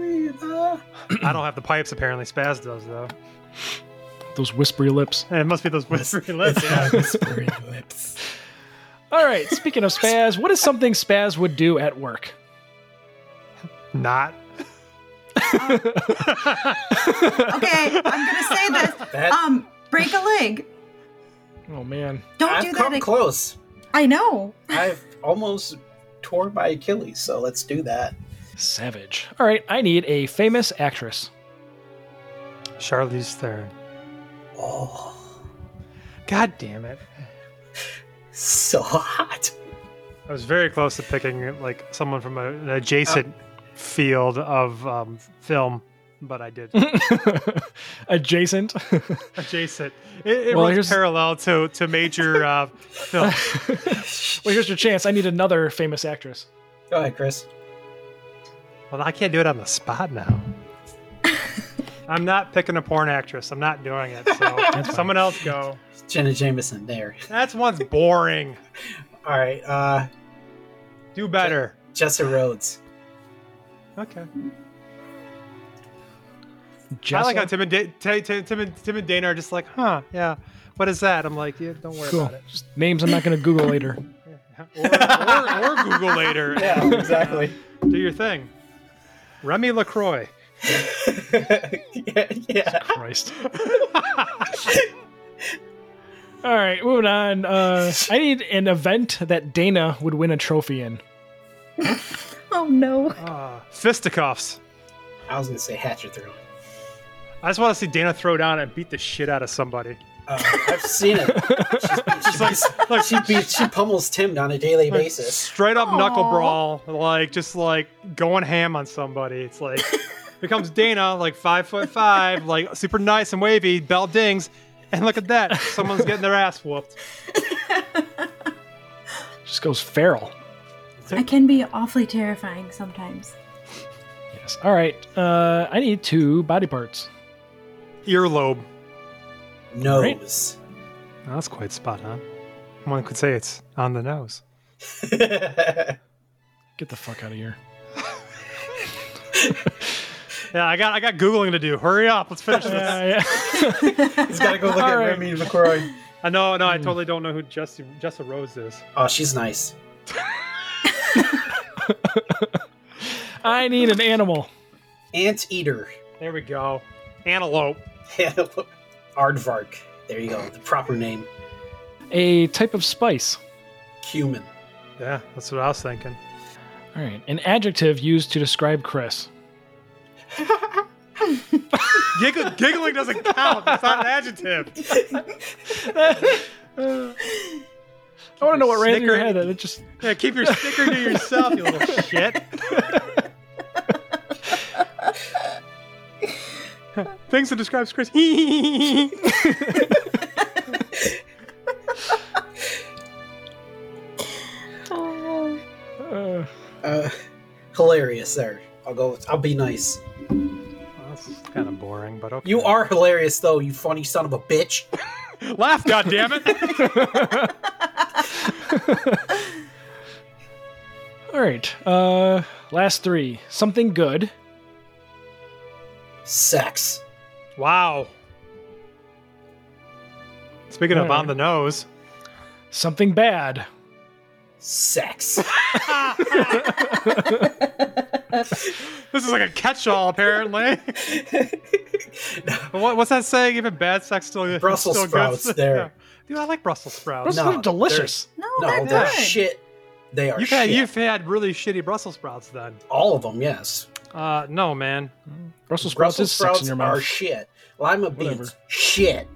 [SPEAKER 4] I don't have the pipes. Apparently, Spaz does though.
[SPEAKER 2] Those whispery lips.
[SPEAKER 4] It must be those whispery lips. Yeah.
[SPEAKER 3] Whispery lips.
[SPEAKER 2] All right, speaking of spaz, what is something spaz would do at work?
[SPEAKER 4] Not.
[SPEAKER 5] Okay, I'm gonna say this.
[SPEAKER 3] That,
[SPEAKER 5] Um, break a leg.
[SPEAKER 2] Oh man.
[SPEAKER 5] Don't do
[SPEAKER 3] I've
[SPEAKER 5] that.
[SPEAKER 3] come
[SPEAKER 5] ag-
[SPEAKER 3] close.
[SPEAKER 5] I know.
[SPEAKER 3] I've almost tore my Achilles, so let's do that.
[SPEAKER 2] Savage. All right, I need a famous actress.
[SPEAKER 4] Charlize Theron.
[SPEAKER 3] Oh,
[SPEAKER 4] God damn it.
[SPEAKER 3] so hot.
[SPEAKER 4] I was very close to picking like someone from a, an adjacent field of um, film. but I did.
[SPEAKER 2] Adjacent.
[SPEAKER 4] Adjacent. It, it
[SPEAKER 2] Well,
[SPEAKER 4] runs
[SPEAKER 2] here's-
[SPEAKER 4] parallel to to major uh, films.
[SPEAKER 2] well, here's your chance. I need another famous actress.
[SPEAKER 3] Go ahead, Chris.
[SPEAKER 4] Well, I can't do it on the spot now. I'm not picking a porn actress. I'm not doing it. So someone else go.
[SPEAKER 3] It's Jenna Jameson there.
[SPEAKER 4] That's one's boring.
[SPEAKER 3] All right, uh,
[SPEAKER 4] Do better.
[SPEAKER 3] Jessa Rhodes.
[SPEAKER 4] Okay. I
[SPEAKER 2] Jessa?
[SPEAKER 4] like how Tim and, da- T- T- Tim, and, Tim and Dana are just like, huh, yeah. What is that? I'm like, yeah, don't worry
[SPEAKER 2] cool.
[SPEAKER 4] about it.
[SPEAKER 2] Just names I'm not going to Google later.
[SPEAKER 4] Or, or, or Google later.
[SPEAKER 3] Yeah, exactly.
[SPEAKER 4] Do your thing. Remy LaCroix.
[SPEAKER 3] yeah, yeah.
[SPEAKER 2] Christ. All right, moving on. Uh, I need an event that Dana would win a trophy in.
[SPEAKER 5] Oh no.
[SPEAKER 4] Uh, fisticuffs.
[SPEAKER 3] I was gonna say Hatcher Throwing.
[SPEAKER 4] I just want to see Dana throw down and beat the shit out of somebody.
[SPEAKER 3] Uh, I've seen it. She's, she's,
[SPEAKER 4] Like,
[SPEAKER 3] she, beat, she pummels Tim on a daily basis.
[SPEAKER 4] straight up knuckle
[SPEAKER 5] Aw.
[SPEAKER 4] brawl, like just like going ham on somebody. It's like here comes Dana, like five foot five, like super nice and wavy, bell dings, and look at that, someone's getting their ass whooped.
[SPEAKER 2] Just goes feral.
[SPEAKER 5] I can be awfully terrifying sometimes.
[SPEAKER 2] Yes. All right. Uh, I need two body parts.
[SPEAKER 4] Earlobe.
[SPEAKER 3] Nose.
[SPEAKER 4] Now, that's quite spot on. One could say it's on the nose.
[SPEAKER 2] Get the fuck out of here.
[SPEAKER 4] Yeah, I got I got googling to do. Hurry up, let's finish this.
[SPEAKER 2] Uh, yeah.
[SPEAKER 3] He's gotta go look
[SPEAKER 2] All
[SPEAKER 3] at
[SPEAKER 2] right.
[SPEAKER 3] Remy LaCroix.
[SPEAKER 4] I know, no, I
[SPEAKER 5] Hmm.
[SPEAKER 4] totally don't know who Jesse Jessa Rose is.
[SPEAKER 3] Oh, she's nice.
[SPEAKER 2] I need an animal.
[SPEAKER 3] Anteater.
[SPEAKER 4] There we go. Antelope.
[SPEAKER 3] Aardvark. There you go. The proper name.
[SPEAKER 2] A type of spice.
[SPEAKER 3] Cumin.
[SPEAKER 4] Yeah, that's what I was thinking.
[SPEAKER 2] All right. An adjective used to describe Chris.
[SPEAKER 4] Giggle, giggling doesn't count. It's not an adjective.
[SPEAKER 2] I want to know what ran through your
[SPEAKER 4] Snicker-
[SPEAKER 2] head. It just
[SPEAKER 4] Yeah, keep your sticker to yourself, you little shit. Things that describes Chris. All
[SPEAKER 5] Oh.
[SPEAKER 2] uh,
[SPEAKER 3] Uh, hilarious there. I'll go. I'll be nice.
[SPEAKER 4] That's kind of boring, but okay.
[SPEAKER 3] You are hilarious, though. You funny son of a bitch.
[SPEAKER 4] laugh, goddammit.
[SPEAKER 2] all right. Uh, last three. Something good.
[SPEAKER 3] Sex.
[SPEAKER 4] wow. Speaking of on the nose,
[SPEAKER 2] Something bad.
[SPEAKER 3] Sex.
[SPEAKER 4] this is like a catch-all, apparently. what, what's that saying? Even bad sex still
[SPEAKER 3] Brussels
[SPEAKER 4] still good?
[SPEAKER 3] sprouts, there.
[SPEAKER 4] Yeah. Dude, I like Brussels sprouts.
[SPEAKER 2] Those
[SPEAKER 3] No,
[SPEAKER 2] are delicious.
[SPEAKER 5] No,
[SPEAKER 3] No,
[SPEAKER 5] they're
[SPEAKER 3] they're
[SPEAKER 5] good.
[SPEAKER 3] shit. They are
[SPEAKER 4] You've had,
[SPEAKER 3] shit.
[SPEAKER 4] you've had really shitty Brussels sprouts then.
[SPEAKER 3] All of them, yes.
[SPEAKER 4] Uh, no, man.
[SPEAKER 2] Brussels sprouts
[SPEAKER 3] Brussels
[SPEAKER 2] is sex
[SPEAKER 3] sprouts
[SPEAKER 2] in your
[SPEAKER 3] are
[SPEAKER 2] mouth.
[SPEAKER 3] shit. Lima
[SPEAKER 2] Whatever.
[SPEAKER 3] beans, shit.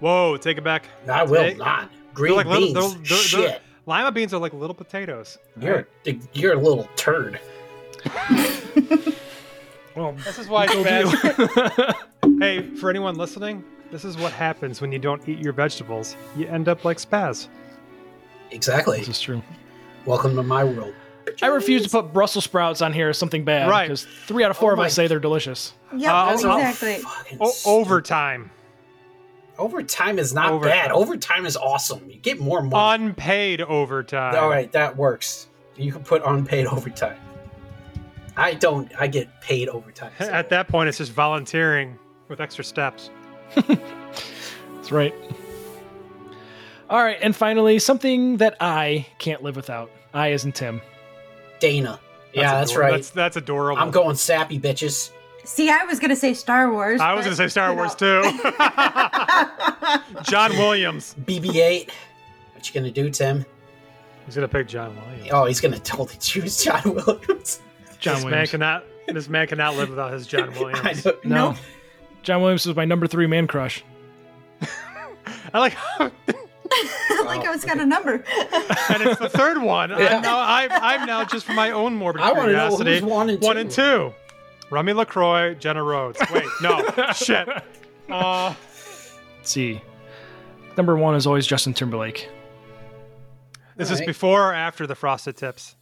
[SPEAKER 4] Whoa, take it back.
[SPEAKER 3] I will
[SPEAKER 4] Take-
[SPEAKER 3] not.
[SPEAKER 4] They're
[SPEAKER 3] Green
[SPEAKER 4] like
[SPEAKER 3] beans,
[SPEAKER 4] little, they're- they're-
[SPEAKER 3] shit.
[SPEAKER 4] they're- lima beans are like little potatoes.
[SPEAKER 3] You're you're a little turd.
[SPEAKER 4] This is why it's bad. hey, for anyone listening, this is what happens when you don't eat your vegetables. You end up like spaz.
[SPEAKER 3] Exactly.
[SPEAKER 2] This is true.
[SPEAKER 3] Welcome to my world.
[SPEAKER 2] I refuse to put Brussels sprouts on here as something bad.
[SPEAKER 4] Right.
[SPEAKER 2] Because three out of four
[SPEAKER 3] Oh
[SPEAKER 2] of
[SPEAKER 3] my-
[SPEAKER 2] us say they're delicious.
[SPEAKER 5] Yep,
[SPEAKER 4] Uh,
[SPEAKER 3] That's all
[SPEAKER 5] exactly.
[SPEAKER 3] fucking
[SPEAKER 4] O-
[SPEAKER 3] stupid.
[SPEAKER 4] overtime.
[SPEAKER 3] Overtime is not
[SPEAKER 4] Overtime.
[SPEAKER 3] bad. Overtime is awesome. You get more money.
[SPEAKER 4] Unpaid overtime.
[SPEAKER 3] All right, that works. You can put unpaid overtime. I don't. I get paid overtime. so-
[SPEAKER 4] At that point, it's just volunteering with extra steps.
[SPEAKER 2] That's right. All right, and finally, something that I can't live without. I isn't Tim.
[SPEAKER 3] Dana. yeah, that's
[SPEAKER 4] ador-
[SPEAKER 3] right.
[SPEAKER 4] That's, that's adorable.
[SPEAKER 3] I'm going sappy, bitches.
[SPEAKER 5] See, I was gonna say Star Wars.
[SPEAKER 4] I was
[SPEAKER 5] but,
[SPEAKER 4] going to say Star
[SPEAKER 5] you
[SPEAKER 4] Wars
[SPEAKER 5] know.
[SPEAKER 4] too. John Williams.
[SPEAKER 3] BB-8. What you gonna do, Tim?
[SPEAKER 4] He's going to pick John Williams.
[SPEAKER 3] Oh, he's gonna totally choose John Williams.
[SPEAKER 2] John
[SPEAKER 4] this man
[SPEAKER 2] Williams.
[SPEAKER 4] cannot. This man cannot live without his John
[SPEAKER 3] I
[SPEAKER 4] Williams.
[SPEAKER 3] don't-
[SPEAKER 2] no. John Williams was my number three man crush.
[SPEAKER 4] I like, and
[SPEAKER 5] like I was got a number.
[SPEAKER 4] it's the third one.
[SPEAKER 3] Yeah.
[SPEAKER 4] I'm now, I'm, I'm now just for my own morbid
[SPEAKER 3] I wanna know
[SPEAKER 4] curiosity.
[SPEAKER 3] who's one and two.
[SPEAKER 4] two. Remy LaCroix, Jenna Rhodes. Wait, no, shit. Uh,
[SPEAKER 2] Let's see. Number one is always Justin Timberlake.
[SPEAKER 4] is
[SPEAKER 3] All
[SPEAKER 4] this
[SPEAKER 3] right.
[SPEAKER 4] before or after the frosted tips?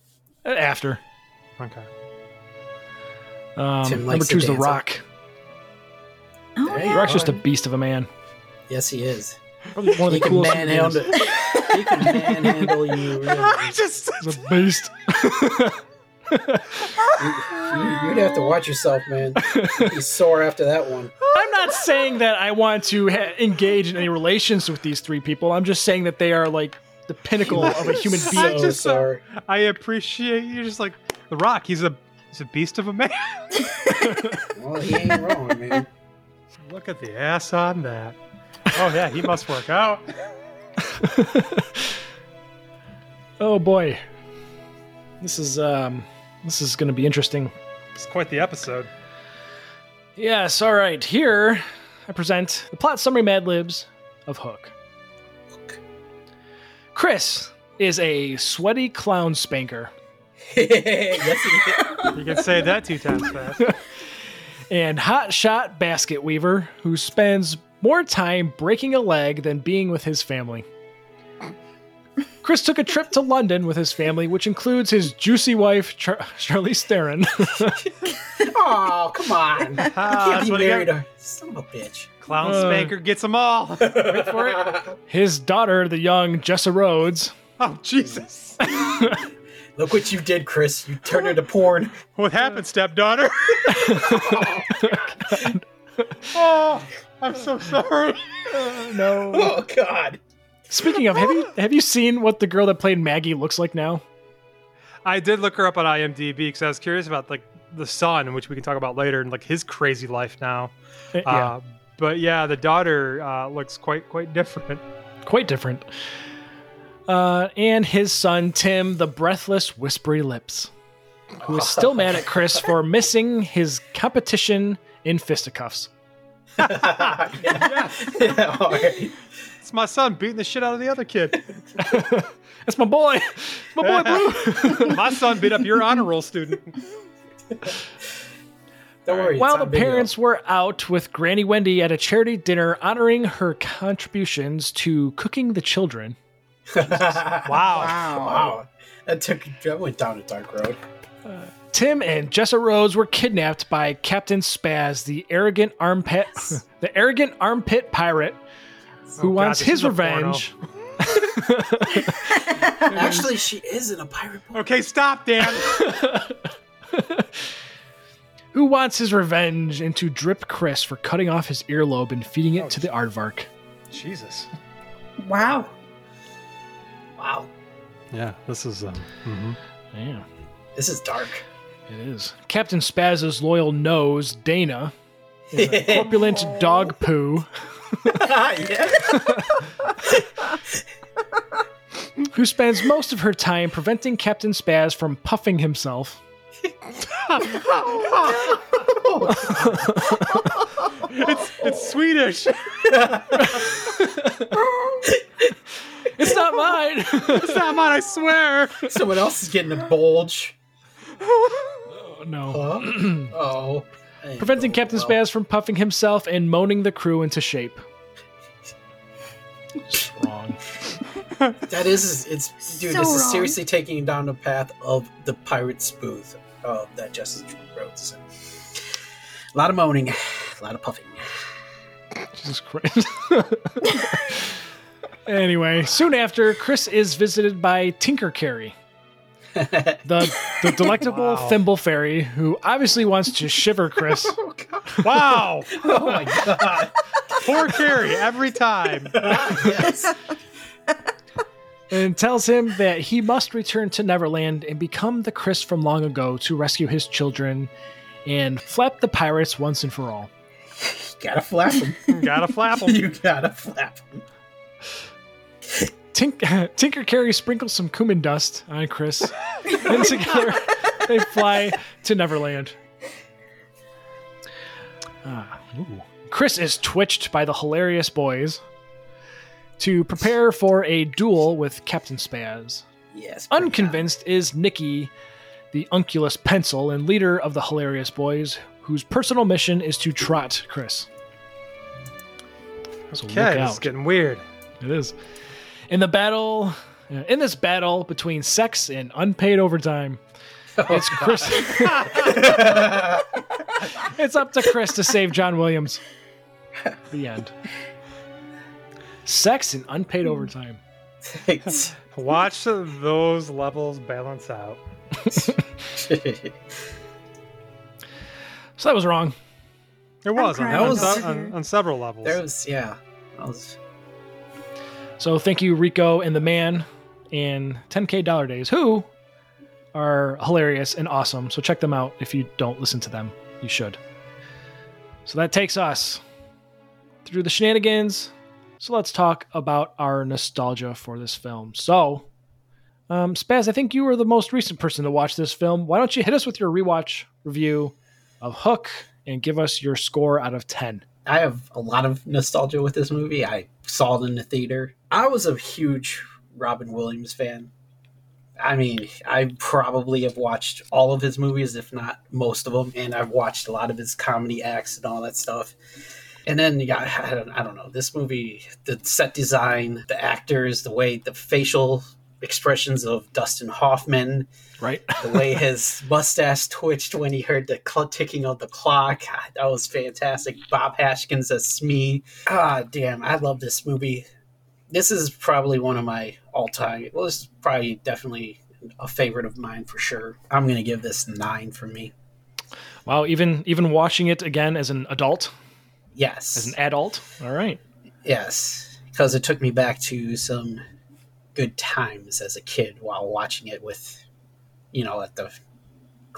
[SPEAKER 2] Uh, After.
[SPEAKER 4] Okay.
[SPEAKER 2] Um,
[SPEAKER 3] Tim
[SPEAKER 2] number
[SPEAKER 3] likes to
[SPEAKER 2] two's The
[SPEAKER 3] dance.
[SPEAKER 2] Rock.
[SPEAKER 5] Oh,
[SPEAKER 3] Hey,
[SPEAKER 5] yeah.
[SPEAKER 2] The Rock's just a
[SPEAKER 3] Fine.
[SPEAKER 2] beast of a man.
[SPEAKER 3] Yes, he is.
[SPEAKER 2] Probably one of
[SPEAKER 3] He
[SPEAKER 2] the
[SPEAKER 3] can
[SPEAKER 2] coolest. people
[SPEAKER 3] manhandle.
[SPEAKER 2] is.
[SPEAKER 3] he can manhandle you. really.
[SPEAKER 4] just
[SPEAKER 2] He's a beast.
[SPEAKER 3] You- You'd have to watch yourself, man. You'd be sore after that one.
[SPEAKER 2] I'm not saying that I want to ha- engage in any relations with these three people. I'm just saying that they are like the pinnacle of a human
[SPEAKER 3] So
[SPEAKER 2] being.
[SPEAKER 4] just-
[SPEAKER 3] sore.
[SPEAKER 4] I appreciate you. Just like The Rock, he's a he's a beast of a man.
[SPEAKER 3] Well, he ain't wrong, man.
[SPEAKER 4] Look at the ass on that. Oh yeah, he must work out.
[SPEAKER 2] Oh boy, this is um, this is going to be interesting.
[SPEAKER 4] It's quite the episode.
[SPEAKER 2] Yes, all right. Here I present the plot summary Mad Libs of Hook. Chris is a sweaty clown spanker,
[SPEAKER 3] yes, he is.
[SPEAKER 4] You can say that two times fast.
[SPEAKER 2] and hotshot basket weaver who spends more time breaking a leg than being with his family. Chris took a trip to London with his family, which includes his juicy wife, Char- Charlize Theron.
[SPEAKER 3] Oh, come on. You
[SPEAKER 4] Ah,
[SPEAKER 3] can't
[SPEAKER 4] that's
[SPEAKER 3] be
[SPEAKER 4] what he
[SPEAKER 3] married.
[SPEAKER 4] got.
[SPEAKER 3] Or... Son of a bitch.
[SPEAKER 4] Clown
[SPEAKER 2] Uh.
[SPEAKER 4] spanker gets them all.
[SPEAKER 2] for it. His daughter, the young Jessa Rhodes.
[SPEAKER 4] Oh Jesus!
[SPEAKER 3] Look what you did, Chris. You turned into porn.
[SPEAKER 4] What happened, stepdaughter? oh, I'm so sorry.
[SPEAKER 2] no.
[SPEAKER 3] Oh, God.
[SPEAKER 2] Speaking of, have you have you seen what the girl that played Maggie looks like now?
[SPEAKER 4] I did look her up on IMDb because I was curious about like the son, which we can talk about later, and like his crazy life now.
[SPEAKER 2] Uh,
[SPEAKER 4] Uh, but yeah, the daughter uh, looks quite quite different.
[SPEAKER 2] yeah, quite different. Uh, and his son Tim, the breathless, whispery lips, who is still mad at Chris for missing his competition in fisticuffs.
[SPEAKER 3] yeah. Yeah, all right.
[SPEAKER 4] It's my son beating the shit out of the other kid.
[SPEAKER 2] That's my boy, my Oh, boy Blue.
[SPEAKER 4] my son beat up your honor roll student.
[SPEAKER 3] Don't worry. it's
[SPEAKER 2] While
[SPEAKER 3] on
[SPEAKER 2] the
[SPEAKER 3] video.
[SPEAKER 2] parents were out with Granny Wendy at a charity dinner honoring her contributions to cooking the children,
[SPEAKER 4] Wow.
[SPEAKER 3] Oh, Wow. That took. That went down a dark road.
[SPEAKER 2] Tim and Jessa Rhodes were kidnapped by Captain Spaz, the arrogant armpit, the arrogant armpit pirate, who
[SPEAKER 4] Oh, God,
[SPEAKER 2] wants
[SPEAKER 4] this
[SPEAKER 2] his
[SPEAKER 4] is a porno.
[SPEAKER 2] revenge.
[SPEAKER 3] Mm-hmm. Actually, she is in a pirate boat.
[SPEAKER 4] Okay, stop, Dan.
[SPEAKER 2] Who wants his revenge and to drip Chris for cutting off his earlobe and feeding it to the aardvark.
[SPEAKER 4] Jesus.
[SPEAKER 5] Wow.
[SPEAKER 3] Wow.
[SPEAKER 4] Yeah, this is. Um,
[SPEAKER 2] Yeah,
[SPEAKER 3] This is dark.
[SPEAKER 2] it is. Captain Spaz's loyal nose, Dana, is a corpulent dog poo
[SPEAKER 3] yeah.
[SPEAKER 2] who spends most of her time preventing Captain Spaz from puffing himself.
[SPEAKER 4] It's it's Swedish.
[SPEAKER 2] It's not mine.
[SPEAKER 4] It's not mine. I swear.
[SPEAKER 3] Someone else is getting a bulge.
[SPEAKER 2] oh, no.
[SPEAKER 3] Huh? oh. Hey,
[SPEAKER 2] preventing
[SPEAKER 3] oh,
[SPEAKER 2] Captain
[SPEAKER 3] well.
[SPEAKER 2] Spaz from puffing himself and moaning the crew into shape. Wrong.
[SPEAKER 3] That is, it's dude.
[SPEAKER 5] So
[SPEAKER 3] this is
[SPEAKER 5] wrong.
[SPEAKER 3] seriously taking you down the path of the pirate spooth uh, that Justice Rhodes is in. A lot of moaning, a lot of puffing.
[SPEAKER 2] Jesus Christ. anyway, soon after, Chris is visited by Tinker Carry, the, the delectable
[SPEAKER 4] Wow.
[SPEAKER 2] thimble fairy who obviously wants to shiver Chris.
[SPEAKER 4] Wow.
[SPEAKER 3] Oh my god!
[SPEAKER 4] Poor Carrie every time.
[SPEAKER 3] yes.
[SPEAKER 2] and tells him that he must return to Neverland and become the Chris from long ago to rescue his children and flap the pirates once and for all.
[SPEAKER 3] You gotta flap him.
[SPEAKER 4] Gotta flap 'em.
[SPEAKER 3] You gotta flap him.
[SPEAKER 2] Tink- Tinker Carry sprinkles some cumin dust on Chris, and together they fly to Neverland. Ah, ooh. Chris is twitched by the hilarious boys to prepare for a duel with Captain Spaz.
[SPEAKER 3] Yes. bring it on.
[SPEAKER 2] Unconvinced is Nikki, the Unculus Pencil and leader of the hilarious boys, whose personal mission is to trot Chris. So look
[SPEAKER 4] Okay, this is
[SPEAKER 2] out.
[SPEAKER 4] getting weird.
[SPEAKER 2] It is. In the battle, in this battle between sex and unpaid overtime, it's Chris. it's up to Chris to save John Williams. The end. Sex and unpaid overtime.
[SPEAKER 3] Thanks.
[SPEAKER 4] Watch those levels balance out.
[SPEAKER 2] So that was wrong.
[SPEAKER 4] It was on,
[SPEAKER 5] crying
[SPEAKER 4] on
[SPEAKER 3] over
[SPEAKER 4] se-
[SPEAKER 5] here.
[SPEAKER 4] on- on several levels.
[SPEAKER 3] there was yeah. I was
[SPEAKER 2] So thank you, Rico and the man in 10K Dollar Days, who are hilarious and awesome. So check them out. If you don't listen to them, you should. So that takes us through the shenanigans. So let's talk about our nostalgia for this film. So, um, Spaz, I think you were the most recent person to watch this film. Why don't you hit us with your rewatch review of Hook and give us your score out of 10?
[SPEAKER 3] I have a lot of nostalgia with this movie. I saw it in the theater. I was a huge Robin Williams fan. I mean, I probably have watched all of his movies, if not most of them, and I've watched a lot of his comedy acts and all that stuff. And then, yeah, I don't, I don't know. This movie, the set design, the actors, the way the facial expressions of Dustin Hoffman,
[SPEAKER 2] Right?
[SPEAKER 3] the way his mustache twitched when he heard the cl- ticking of the clock. God, that was fantastic. Bob Hashkins as Smee. Ah, damn, I love this movie. This is probably one of my all time. Well, it's probably definitely a favorite of mine for sure. I'm gonna give this nine for me.
[SPEAKER 2] Wow, even even watching it again as an adult,
[SPEAKER 3] Yes,
[SPEAKER 2] as an adult. All right.
[SPEAKER 3] yes, because it took me back to some good times as a kid while watching it with, you know, at the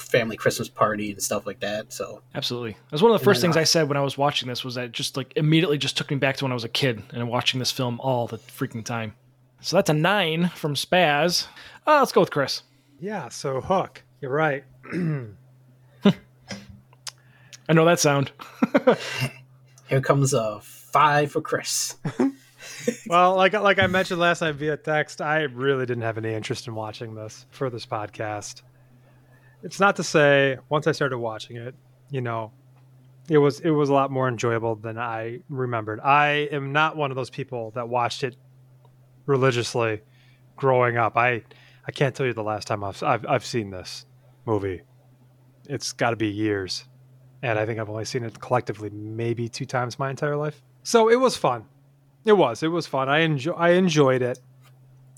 [SPEAKER 3] family Christmas party and stuff like that. So
[SPEAKER 2] Absolutely. That's one of the first
[SPEAKER 3] then
[SPEAKER 2] things
[SPEAKER 3] I-
[SPEAKER 2] I said when I was watching this was that it just like immediately just took me back to when I was a kid and watching this film all the freaking time. So that's a nine from Spaz. Uh, let's go with Chris.
[SPEAKER 4] Yeah, so Hook, you're right.
[SPEAKER 2] I know that sound.
[SPEAKER 3] Here comes a five for Chris.
[SPEAKER 4] Well, like like I mentioned last night via text, I really didn't have any interest in watching this for this podcast. It's not to say once I started watching it, you know, it was it was a lot more enjoyable than I remembered. I am not one of those people that watched it religiously growing up. I I can't tell you the last time I've I've, I've seen this movie. It's got to be years, and I think I've only seen it collectively maybe two times my entire life. So it was fun. It was. It was fun. I enjoy. I enjoyed it.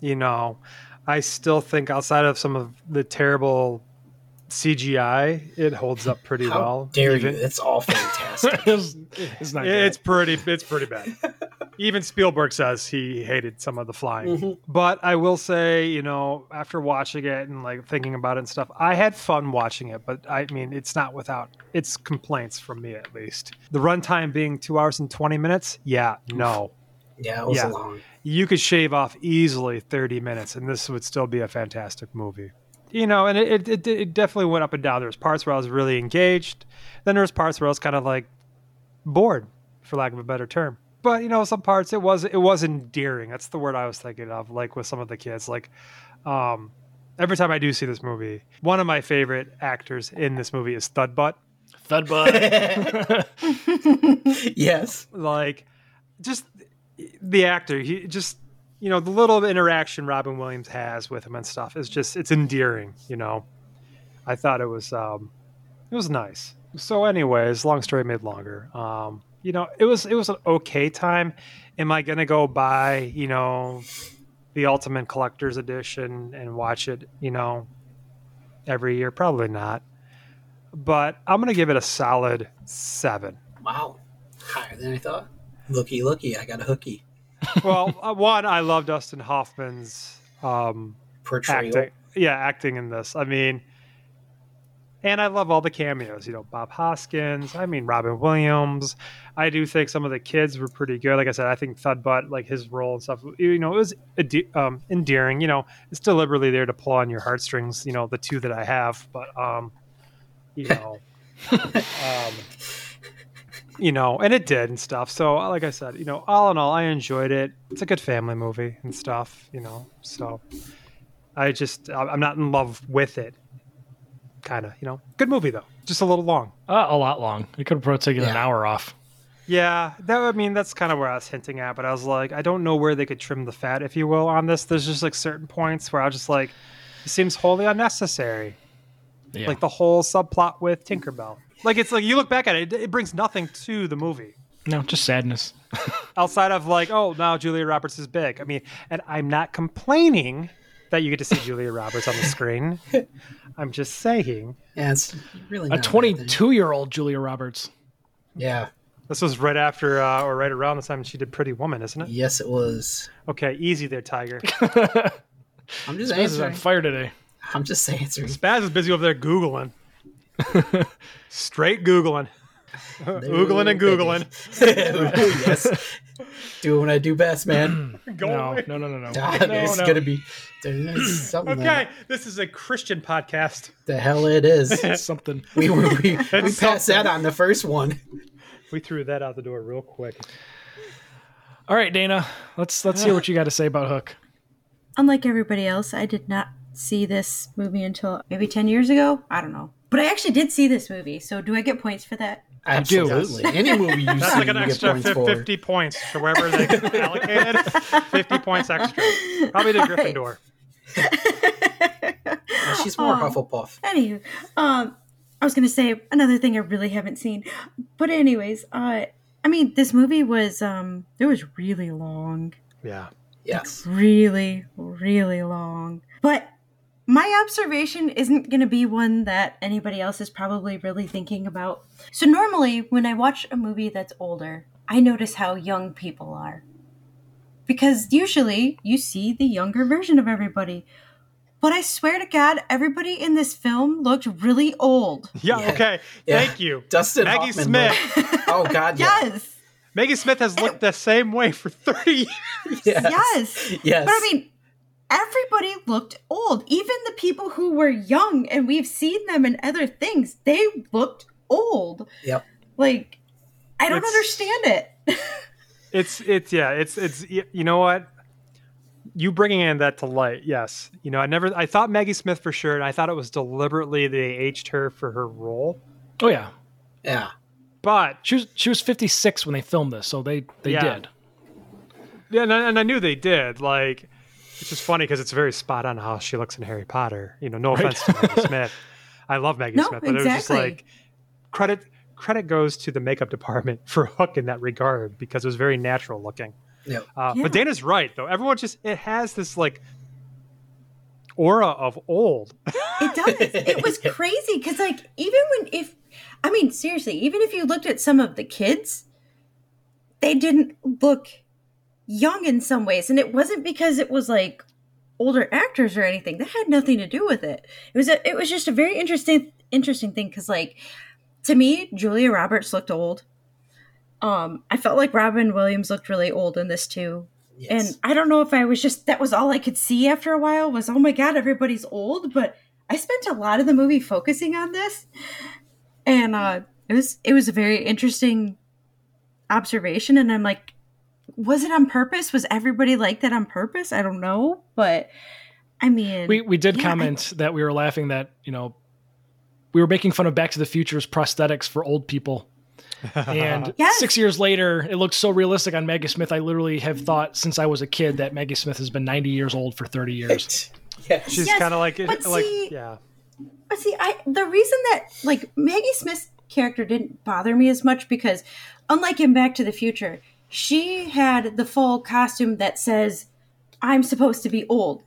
[SPEAKER 4] You know, I still think outside of some of the terrible CGI, it holds up pretty
[SPEAKER 3] How
[SPEAKER 4] well.
[SPEAKER 3] dare
[SPEAKER 4] Even-
[SPEAKER 3] you? It's all fantastic.
[SPEAKER 2] it's, it's not good.
[SPEAKER 4] it's pretty. It's pretty bad. Even Spielberg says he hated some of the flying.
[SPEAKER 2] Mm-hmm.
[SPEAKER 4] But I will say, you know, after watching it and like thinking about it and stuff, I had fun watching it. But I mean, it's not without its complaints from me at least. The runtime being two hours and twenty minutes. Yeah, no,
[SPEAKER 3] yeah, it was
[SPEAKER 4] Yeah.
[SPEAKER 3] long.
[SPEAKER 4] you could shave off easily 30 minutes and this would still be a fantastic movie you know and it, it, it, it definitely went up and down there was parts where i was really engaged then there was parts where i was kind of like bored for lack of a better term but you know some parts it was it was endearing that's the word i was thinking of like with some of the kids like um every time i do see this movie one of my favorite actors in this movie is thudbutt
[SPEAKER 2] Thud butt.
[SPEAKER 3] Yes.
[SPEAKER 4] like just the actor he just you know the little interaction robin williams has with him and stuff is just it's endearing you know i thought it was um it was nice so anyways long story made longer um you know it was it was an okay time am i gonna go buy you know the ultimate collector's edition and watch it you know every year probably not but i'm gonna give it a solid seven
[SPEAKER 3] Wow. Higher than I thought. Looky, looky, I got a hooky.
[SPEAKER 4] well, uh, one, I love Dustin Hoffman's um,
[SPEAKER 3] Portrayal.
[SPEAKER 4] acting. Yeah, acting in this. I mean, and I love all the cameos. You know, Bob Hoskins. I mean, Robin Williams. I do think some of the kids were pretty good. Like I said, I think Thudbutt, like his role and stuff. You know, it was ade- um, endearing. You know, it's deliberately there to pull on your heartstrings. You know, the two that I have, but um, you know. um, you know, and it did and stuff. So, like I said, you know, all in all, I enjoyed it. It's a good family movie and stuff, you know. So, I just I- I'm not in love with it kind of, you know. Good movie though, just a little long.
[SPEAKER 2] Uh, a lot long. It could have probably taken an
[SPEAKER 3] Yeah.
[SPEAKER 2] hour off.
[SPEAKER 4] Yeah, that I mean that's kind of where I was hinting at, but I was like, I don't know where they could trim the fat, if you will, on this. There's just like certain points where I was just like, it seems wholly unnecessary.
[SPEAKER 2] Yeah.
[SPEAKER 4] Like the whole subplot with Tinkerbell. Like it's like you look back at it, it, it brings nothing to the movie
[SPEAKER 2] no, just sadness.
[SPEAKER 4] outside of like, oh, now Julia Roberts is big. I mean, and I'm not complaining that you get to see Julia Roberts on the screen. I'm just saying
[SPEAKER 3] Yeah, it's really
[SPEAKER 2] A
[SPEAKER 3] not anything.
[SPEAKER 2] 22 year old Julia Roberts.
[SPEAKER 3] Yeah.
[SPEAKER 4] this was right after uh, or right around the time she did Pretty Woman, isn't it?
[SPEAKER 3] Yes, it was.
[SPEAKER 4] Okay, easy there, Tiger.
[SPEAKER 3] I'm just
[SPEAKER 2] This is on
[SPEAKER 3] answering.
[SPEAKER 2] fire today.
[SPEAKER 3] I'm just answering.
[SPEAKER 4] Spaz is busy over there googling, straight googling, oogling and googling.
[SPEAKER 3] yes. Doing what I do best, man.
[SPEAKER 4] Go
[SPEAKER 2] No,
[SPEAKER 4] away.
[SPEAKER 2] no, no, no, no.
[SPEAKER 3] God,
[SPEAKER 2] no,
[SPEAKER 3] there's
[SPEAKER 2] no.
[SPEAKER 3] gonna be there's something.
[SPEAKER 4] Okay, this is a Christian podcast.
[SPEAKER 3] The hell it is.
[SPEAKER 2] Something.
[SPEAKER 3] We were we, we passed that on the first one.
[SPEAKER 4] We threw that out the door real quick.
[SPEAKER 2] All right, Dana. Let's let's hear what you got to say about Hook.
[SPEAKER 5] Unlike everybody else, I did not see this movie until maybe 10 years ago. I don't know. But I actually did see this movie, so do I get points for that?
[SPEAKER 2] do.
[SPEAKER 3] Absolutely. Any movie you
[SPEAKER 4] That's
[SPEAKER 3] see,
[SPEAKER 4] like an
[SPEAKER 3] you
[SPEAKER 4] extra
[SPEAKER 3] get points
[SPEAKER 4] fif-
[SPEAKER 3] for.
[SPEAKER 4] 50 points to wherever they allocated. 50 points extra. Probably to
[SPEAKER 5] All right.
[SPEAKER 4] Gryffindor.
[SPEAKER 3] She's more
[SPEAKER 5] Oh.
[SPEAKER 3] Hufflepuff.
[SPEAKER 5] Anywho, um, I was gonna say another thing I really haven't seen, but anyways, uh, I mean, this movie was um, it was really long,
[SPEAKER 4] Yeah.
[SPEAKER 3] Yes.
[SPEAKER 5] really, really long. But my observation isn't gonna be one that anybody else is probably really thinking about. So normally, when I watch a movie that's older, I notice how young people are, because usually you see the younger version of everybody. But I swear to God, everybody in this film looked really old.
[SPEAKER 4] Yeah,
[SPEAKER 3] Yeah.
[SPEAKER 4] okay.
[SPEAKER 3] Yeah.
[SPEAKER 4] Thank you.
[SPEAKER 3] Dustin
[SPEAKER 4] Maggie
[SPEAKER 3] Hoffman
[SPEAKER 4] Smith.
[SPEAKER 3] looked- oh God, yeah.
[SPEAKER 5] Yes.
[SPEAKER 4] Maggie Smith has looked the same way for 30 years.
[SPEAKER 3] Yes.
[SPEAKER 5] Yes.
[SPEAKER 3] Yes.
[SPEAKER 5] But I mean, everybody looked old. Even the people who were young and we've seen them in other things, they looked old.
[SPEAKER 3] Yep.
[SPEAKER 5] Like, I don't
[SPEAKER 4] It's-
[SPEAKER 5] understand it.
[SPEAKER 4] It's it's yeah, it's it's y- you know what? You bringing in that to light, yes. You know, I never I thought Maggie Smith for sure, and I thought it was deliberately they aged her for her role.
[SPEAKER 2] Oh yeah,
[SPEAKER 3] Yeah.
[SPEAKER 4] But
[SPEAKER 2] she was she was 56 when they filmed this, so they they
[SPEAKER 4] Yeah.
[SPEAKER 2] did.
[SPEAKER 4] yeah, and I, and I knew they did. Like, it's just funny because it's very spot on how she looks in Harry Potter. You know, no offense to Maggie Smith, I love Maggie
[SPEAKER 5] No,
[SPEAKER 4] Smith, but it was just
[SPEAKER 5] exactly.
[SPEAKER 4] like credit credit goes to the makeup department for Hook in that regard because it was very natural looking.
[SPEAKER 3] Yep.
[SPEAKER 4] Uh,
[SPEAKER 5] Yeah.
[SPEAKER 4] But Dana's right though. Everyone just it has this like aura of old.
[SPEAKER 5] It does. It was crazy because, like, even when if, I mean, seriously, even if you looked at some of the kids, they didn't look young in some ways, and it wasn't because it was like older actors or anything. That had nothing to do with it. It was a, it was just a very interesting interesting thing because, like, to me, Julia Roberts looked old. Um, I felt like Robin Williams looked really old in this too.
[SPEAKER 3] Yes.
[SPEAKER 5] And I don't know if I was just that was all I could see after a while was oh my god everybody's old, but I spent a lot of the movie focusing on this, and uh, it was it was a very interesting observation, and I'm like, was it on purpose? Was everybody like that on purpose? I don't know, but I mean,
[SPEAKER 2] We we did
[SPEAKER 5] Yeah, I-
[SPEAKER 2] comment that we were laughing that you know we were making fun of Back to the Future's prosthetics for old people, and
[SPEAKER 5] Yes.
[SPEAKER 2] six years later, it looks so realistic on Maggie Smith. I literally have thought since I was a kid that Maggie Smith has been 90 years old for 30 years.
[SPEAKER 3] Yes.
[SPEAKER 4] She's
[SPEAKER 5] Yes,
[SPEAKER 4] kind of like
[SPEAKER 5] but
[SPEAKER 4] like
[SPEAKER 5] see-
[SPEAKER 4] yeah.
[SPEAKER 5] But see, I the reason that like Maggie Smith's character didn't bother me as much because, unlike in Back to the Future, she had the full costume that says, "I'm supposed to be old."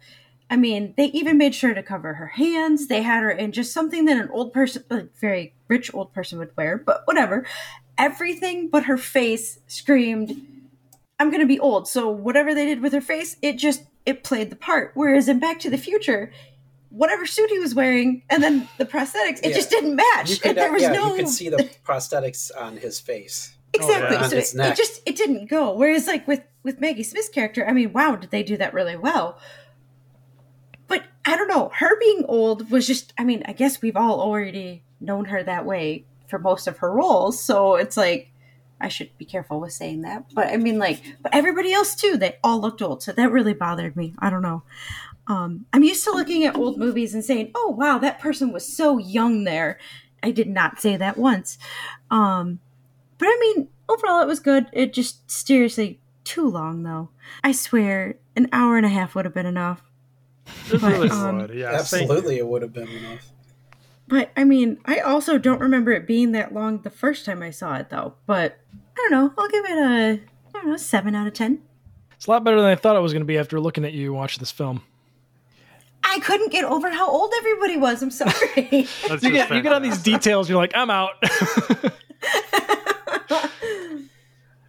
[SPEAKER 5] I mean, they even made sure to cover her hands. They had her in just something that an old person, a very rich old person, would wear. But whatever, everything but her face screamed, I'm gonna be old. So whatever they did with her face, it just it played the part. Whereas in Back to the Future, whatever suit he was wearing and then the prosthetics, it
[SPEAKER 3] Yeah.
[SPEAKER 5] just didn't match.
[SPEAKER 3] You could,
[SPEAKER 5] there was
[SPEAKER 3] yeah,
[SPEAKER 5] no
[SPEAKER 3] you could see the prosthetics on his face.
[SPEAKER 5] exactly.
[SPEAKER 3] yeah.
[SPEAKER 5] So
[SPEAKER 3] It's
[SPEAKER 5] it,
[SPEAKER 3] neck.
[SPEAKER 5] it just it didn't go. Whereas like with with Maggie Smith's character, I mean, wow, did they do that really well? But I don't know. Her being old was just. I mean, I guess we've all already known her that way for most of her roles. So it's like, I should be careful with saying that, but I mean, like, but everybody else too, they all looked old, so that really bothered me. I don't know. Um, I'm used to looking at old movies and saying, "Oh wow, that person was so young there." I did not say that once, um, but I mean, overall, it was good. It just seriously too long though. I swear, an hour and a half would have been enough.
[SPEAKER 4] It really
[SPEAKER 5] um,
[SPEAKER 4] would. Yeah, thank you.
[SPEAKER 3] Absolutely, it would have been enough.
[SPEAKER 5] But I mean, I also don't remember it being that long the first time I saw it though. But I don't know. I'll give it a I don't know seven out of ten.
[SPEAKER 2] It's a lot better than I thought it was going to be after looking at you watching this film.
[SPEAKER 5] I couldn't get over how old everybody was. I'm sorry.
[SPEAKER 4] That's
[SPEAKER 2] You
[SPEAKER 4] just
[SPEAKER 2] get, you get on these
[SPEAKER 4] fantastic.
[SPEAKER 2] details, you're like, I'm out.
[SPEAKER 4] I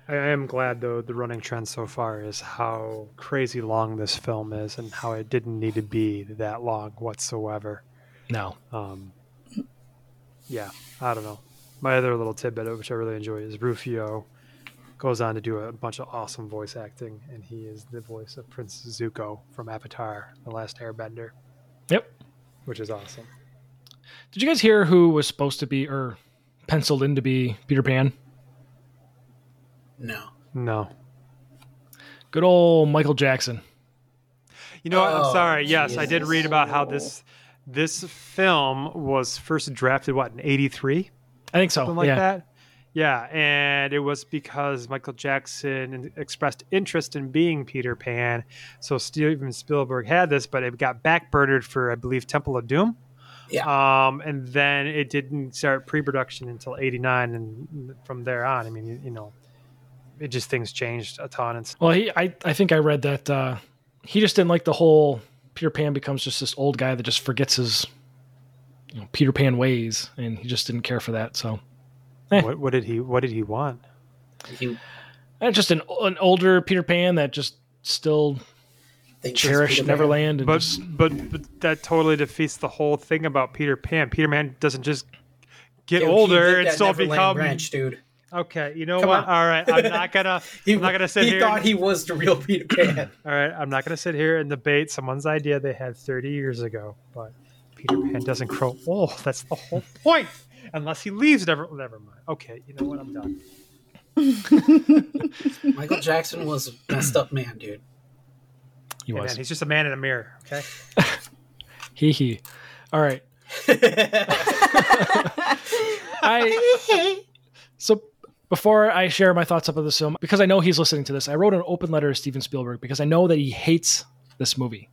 [SPEAKER 4] I am glad though the running trend so far is how crazy long this film is and how it didn't need to be that long whatsoever.
[SPEAKER 2] no.
[SPEAKER 4] Um, yeah, I don't know. My other little tidbit, which I really enjoy, is Rufio goes on to do a bunch of awesome voice acting, and he is the voice of Prince Zuko from Avatar: The Last Airbender,
[SPEAKER 2] Yep.
[SPEAKER 4] which is awesome.
[SPEAKER 2] Did you guys hear who was supposed to be or penciled in to be Peter Pan?
[SPEAKER 3] No.
[SPEAKER 4] No,
[SPEAKER 2] Good old Michael Jackson.
[SPEAKER 4] You know, what? I'm
[SPEAKER 3] Oh,
[SPEAKER 4] sorry. Yes, I did
[SPEAKER 3] Jesus.
[SPEAKER 4] read about how this this film was first drafted what in '83,
[SPEAKER 2] I think so.
[SPEAKER 4] something like
[SPEAKER 2] Oh, yeah.
[SPEAKER 4] that. Yeah, and it was because Michael Jackson expressed interest in being Peter Pan, so Steven Spielberg had this, but it got backburnered for, I believe, Temple of Doom.
[SPEAKER 3] Yeah.
[SPEAKER 4] Um, and then it didn't start pre-production until '89, and from there on, I mean, you, you know, it just things changed a ton. And
[SPEAKER 2] Well, he, I, I think I read that uh, he just didn't like the whole Peter Pan becomes just this old guy that just forgets his you know, Peter Pan ways, and he just didn't care for that. So Eh.
[SPEAKER 4] what, what did he? What did he want?
[SPEAKER 3] You
[SPEAKER 2] Eh, just an, an older Peter Pan that just still
[SPEAKER 3] think it's
[SPEAKER 2] cherished
[SPEAKER 3] Peter
[SPEAKER 2] Neverland and
[SPEAKER 4] But,
[SPEAKER 2] just,
[SPEAKER 4] but but that totally defeats the whole thing about Peter Pan. Peter Pan doesn't just get
[SPEAKER 3] Pan? Yo, he
[SPEAKER 4] older
[SPEAKER 3] lived
[SPEAKER 4] and
[SPEAKER 3] at
[SPEAKER 4] still
[SPEAKER 3] Neverland
[SPEAKER 4] become.
[SPEAKER 3] Ranch, dude.
[SPEAKER 4] Okay, you know
[SPEAKER 3] Come on.
[SPEAKER 4] what? All right, I'm not gonna.
[SPEAKER 3] He,
[SPEAKER 4] I'm not gonna sit
[SPEAKER 3] he
[SPEAKER 4] here.
[SPEAKER 3] thought he was the real Peter Pan.
[SPEAKER 4] All right, I'm not gonna sit here and debate someone's idea they had 30 years ago. But Peter Pan doesn't grow old. That's the whole point. Unless he leaves, never, never mind. Okay, you know what? I'm done.
[SPEAKER 3] Michael Jackson was a messed up man, dude.
[SPEAKER 2] he
[SPEAKER 4] Hey, man,
[SPEAKER 2] was
[SPEAKER 4] he's just a man in a mirror. Okay.
[SPEAKER 2] he he. All right, I so before I share my thoughts about this film because I know he's listening to this, I wrote an open letter to Steven Spielberg because I know that he hates this movie.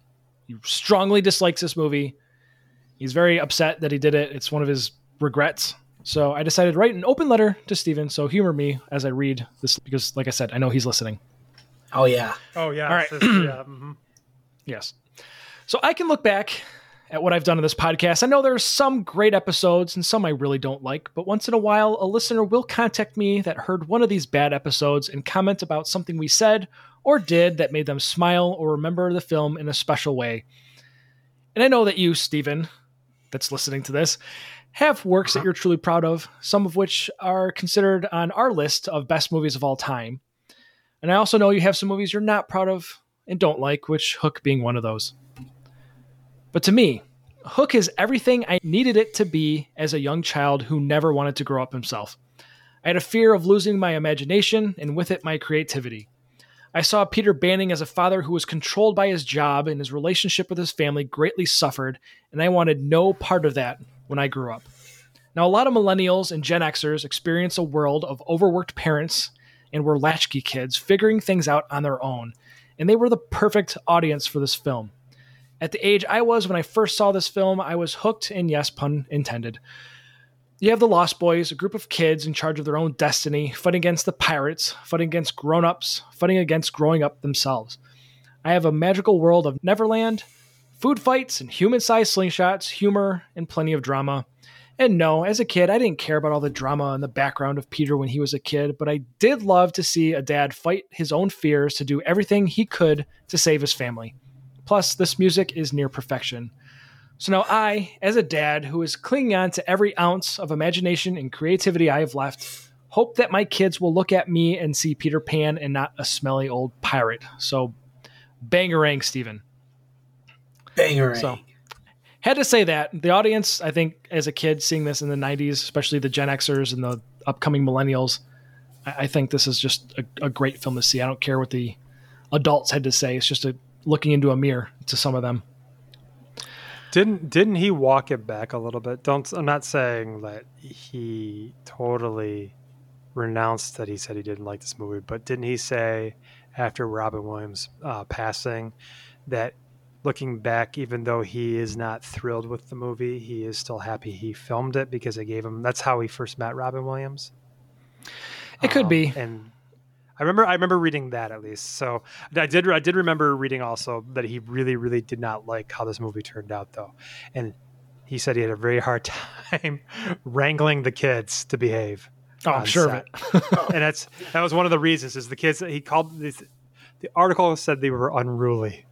[SPEAKER 2] He strongly dislikes this movie. He's very upset that he did it. It's one of his regrets. So I decided to write an open letter to Steven. So humor me as I read this because, like I said, I know he's listening.
[SPEAKER 3] oh yeah.
[SPEAKER 4] Oh yeah.
[SPEAKER 2] All
[SPEAKER 4] it's
[SPEAKER 2] right.
[SPEAKER 4] just- yeah, mhm.
[SPEAKER 2] Yes. So I can look back at what I've done in this podcast. I know there are some great episodes and some I really don't like, but once in a while, a listener will contact me that heard one of these bad episodes and comment about something we said or did that made them smile or remember the film in a special way. And I know that you, Stephen, that's listening to this, have works that you're truly proud of, some of which are considered on our list of best movies of all time. And I also know you have some movies you're not proud of and don't like, which Hook being one of those. But to me, Hook is everything I needed it to be as a young child who never wanted to grow up himself. I had a fear of losing my imagination and with it my creativity. I saw Peter Banning as a father who was controlled by his job and his relationship with his family greatly suffered, and I wanted no part of that when I grew up. Now, a lot of millennials and Gen Xers experience a world of overworked parents and were latchkey kids figuring things out on their own, and they were the perfect audience for this film. At the age I was when I first saw this film, I was hooked, and yes, pun intended. You have the Lost Boys, a group of kids in charge of their own destiny, fighting against the pirates, fighting against grown ups, fighting against growing up themselves. I have a magical world of Neverland, food fights and human sized slingshots, humor, and plenty of drama. And no, as a kid, I didn't care about all the drama and the background of Peter when he was a kid, but I did love to see a dad fight his own fears to do everything he could to save his family. Plus, this music is near perfection. So now I, as a dad who is clinging on to every ounce of imagination and creativity I have left, hope that my kids will look at me and see Peter Pan and not a smelly old pirate. So bangerang, Steven
[SPEAKER 3] Bangerang.
[SPEAKER 2] So- had to say that the audience i think as a kid seeing this in the 90s especially the gen xers and the upcoming millennials I, I think this is just a, a great film to see. I don't care what the adults had to say. It's just a looking into a mirror to some of them.
[SPEAKER 4] Didn't didn't he walk it back a little bit? Don't I'm not saying that he totally renounced that he said he didn't like this movie, but didn't he say after Robin Williams uh, passing that looking back, even though he is not thrilled with the movie, he is still happy he filmed it because it gave him that's how he first met Robin Williams.
[SPEAKER 2] It could
[SPEAKER 4] Um,
[SPEAKER 2] be.
[SPEAKER 4] and I remember I remember reading that at least. So I did I did remember reading also that he really really did not like how this movie turned out though, and he said he had a very hard time wrangling the kids to behave.
[SPEAKER 2] Oh, I'm
[SPEAKER 4] on
[SPEAKER 2] sure
[SPEAKER 4] set.
[SPEAKER 2] of it.
[SPEAKER 4] and that's that was one of the reasons is the kids he called these. The article said they were unruly.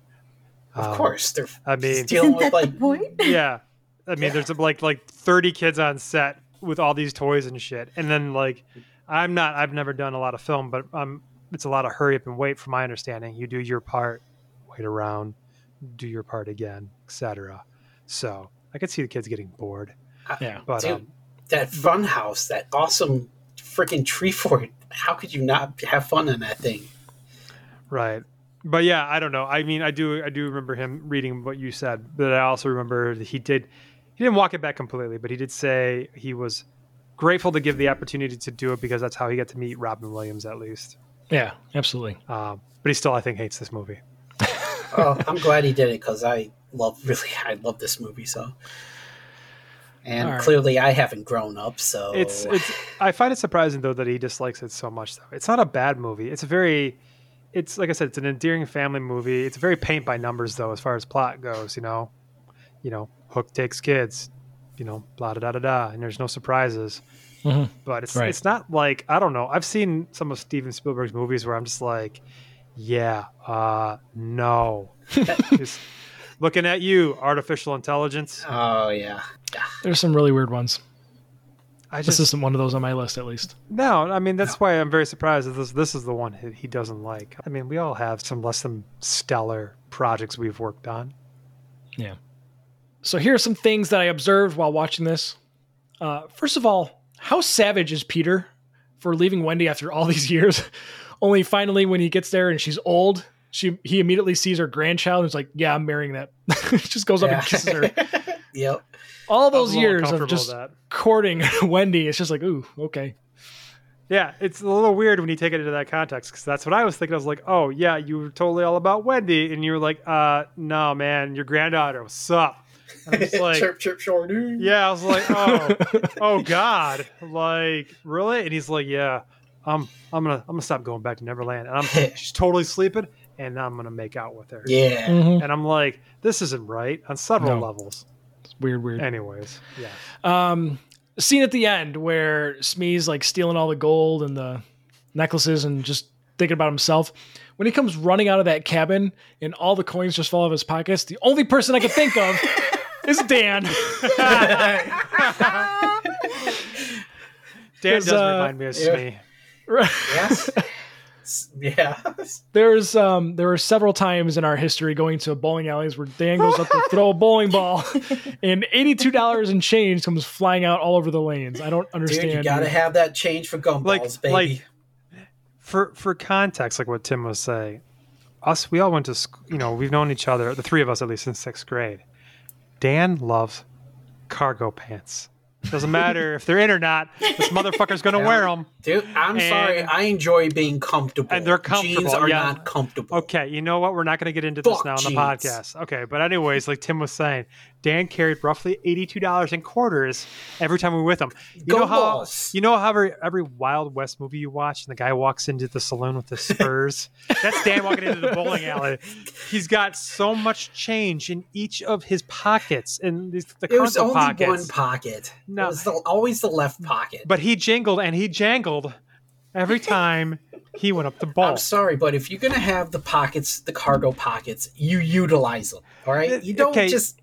[SPEAKER 3] Of
[SPEAKER 4] Um,
[SPEAKER 3] course, they're
[SPEAKER 4] I mean,
[SPEAKER 3] dealing
[SPEAKER 5] Isn't
[SPEAKER 3] with
[SPEAKER 5] that
[SPEAKER 3] like
[SPEAKER 5] the point?
[SPEAKER 4] yeah i mean there's like like 30 kids on set with all these toys and shit and then like i'm not i've never done a lot of film but um it's a lot of hurry up and wait from my understanding you do your part wait around do your part again etc so i could see the kids getting bored
[SPEAKER 2] yeah.
[SPEAKER 4] but
[SPEAKER 3] Dude,
[SPEAKER 4] um,
[SPEAKER 3] that fun house, that awesome freaking tree fort. How could you not have fun in that thing?
[SPEAKER 4] right but yeah i don't know i mean i do i do remember him reading what you said but i also remember that he did he didn't walk it back completely but he did say he was grateful to give the opportunity to do it because that's how he got to meet robin williams at least
[SPEAKER 2] Yeah, absolutely.
[SPEAKER 4] Um, but he still, I think, hates this movie.
[SPEAKER 3] Oh, I'm glad he did it because I love really I love this movie so. And
[SPEAKER 2] All right.
[SPEAKER 3] clearly, I haven't grown up, so
[SPEAKER 4] It's,
[SPEAKER 2] Oh.
[SPEAKER 4] it's. I find it surprising though that he dislikes it so much. Though it's not a bad movie. It's a very, it's like I said, it's an endearing family movie. It's very paint by numbers though, as far as plot goes. You know, you know, Hook takes kids. You know, blah da da da da, and there's no surprises.
[SPEAKER 2] Mhm.
[SPEAKER 4] But it's
[SPEAKER 2] Right.
[SPEAKER 4] it's not like I don't know. I've seen some of Steven Spielberg's movies where I'm just like, yeah, uh, no, just looking at you, artificial intelligence.
[SPEAKER 3] oh yeah,
[SPEAKER 2] There's some really weird ones.
[SPEAKER 4] I
[SPEAKER 2] This
[SPEAKER 4] just
[SPEAKER 2] isn't one of those on my list, at least.
[SPEAKER 4] No, I mean that's why I'm very surprised that this this is the one he, he doesn't like. I mean, we all have some less than stellar projects we've worked on.
[SPEAKER 2] So here are some things that I observed while watching this. Uh, first of all, how savage is Peter for leaving Wendy after all these years? Only finally, when he gets there and she's old, she he immediately sees her grandchild and is like, "Yeah, I'm marrying that." just goes up
[SPEAKER 3] yeah.
[SPEAKER 2] and kisses her.
[SPEAKER 3] yep.
[SPEAKER 2] All
[SPEAKER 4] I was
[SPEAKER 2] those
[SPEAKER 4] a little
[SPEAKER 2] years
[SPEAKER 4] uncomfortable
[SPEAKER 2] of
[SPEAKER 4] with
[SPEAKER 2] just
[SPEAKER 4] that.
[SPEAKER 2] courting Wendy, it's just like, "Ooh, okay."
[SPEAKER 4] Yeah, it's a little weird when you take it into that context because that's what I was thinking. I was like, oh yeah, you were totally all about Wendy, and you were like, uh, no man, your granddaughter, what's up? And I'm just like,
[SPEAKER 3] chirp chirp short.
[SPEAKER 4] yeah, I was like, oh, oh god, like really? And he's like, yeah, I'm I'm gonna I'm gonna stop going back to Neverland, and I'm she's totally sleeping, and I'm gonna make out with her.
[SPEAKER 3] yeah.
[SPEAKER 2] Mhm.
[SPEAKER 4] and I'm like, this isn't right on several
[SPEAKER 2] No.
[SPEAKER 4] levels.
[SPEAKER 2] It's weird, weird.
[SPEAKER 4] Anyways, yeah,
[SPEAKER 2] Um, scene at the end where Smee's like stealing all the gold and the necklaces and just thinking about himself. When he comes running out of that cabin and all the coins just fall out of his pockets, the only person I could think of is Dan.
[SPEAKER 4] Dan
[SPEAKER 2] There's,
[SPEAKER 4] does
[SPEAKER 2] uh,
[SPEAKER 4] remind me of
[SPEAKER 3] yeah.
[SPEAKER 4] Smee.
[SPEAKER 3] Yes. yeah.
[SPEAKER 2] there was um there were several times in our history going to bowling alleys where Dan goes up to throw a bowling ball and eighty two dollars in change comes flying out all over the lanes. I don't
[SPEAKER 3] Dude,
[SPEAKER 2] understand.
[SPEAKER 3] you gotta have that change for gumballs,
[SPEAKER 4] Like,
[SPEAKER 3] baby.
[SPEAKER 4] like for for context, like what Tim was saying, us we all went to school. You know, we've known each other, the three of us at least since sixth grade. Dan loves cargo pants. Doesn't matter if they're in or not. This motherfucker's gonna 'em. wear them.
[SPEAKER 3] Dude, I'm
[SPEAKER 4] And-
[SPEAKER 3] sorry. I enjoy being comfortable.
[SPEAKER 4] And they're
[SPEAKER 3] Jeans
[SPEAKER 4] comfortable,
[SPEAKER 3] are
[SPEAKER 4] yeah.
[SPEAKER 3] not comfortable.
[SPEAKER 4] Okay, you know what? We're not going to get into
[SPEAKER 3] Fuck
[SPEAKER 4] this now on the
[SPEAKER 3] jeans.
[SPEAKER 4] podcast. Okay, but anyways, like Tim was saying, Dan carried roughly eighty-two dollars in quarters every time we were with him. You
[SPEAKER 3] Go
[SPEAKER 4] know how
[SPEAKER 3] Bulls.
[SPEAKER 4] you know how every, every Wild West movie you watch, and the guy walks into the saloon with the Spurs. That's Dan walking into the bowling alley. He's got so much change in each of his pockets, in these, the
[SPEAKER 3] It was
[SPEAKER 4] console
[SPEAKER 3] only
[SPEAKER 4] pockets.
[SPEAKER 3] one pocket. No.
[SPEAKER 4] No.
[SPEAKER 3] It was the, always the left pocket.
[SPEAKER 4] but he jingled and he jangled every time he went up the ball.
[SPEAKER 3] I'm sorry, but if you're gonna have the pockets, the cargo pockets, you utilize them. All right,
[SPEAKER 4] It-
[SPEAKER 3] you don't
[SPEAKER 4] Uh, okay.
[SPEAKER 3] just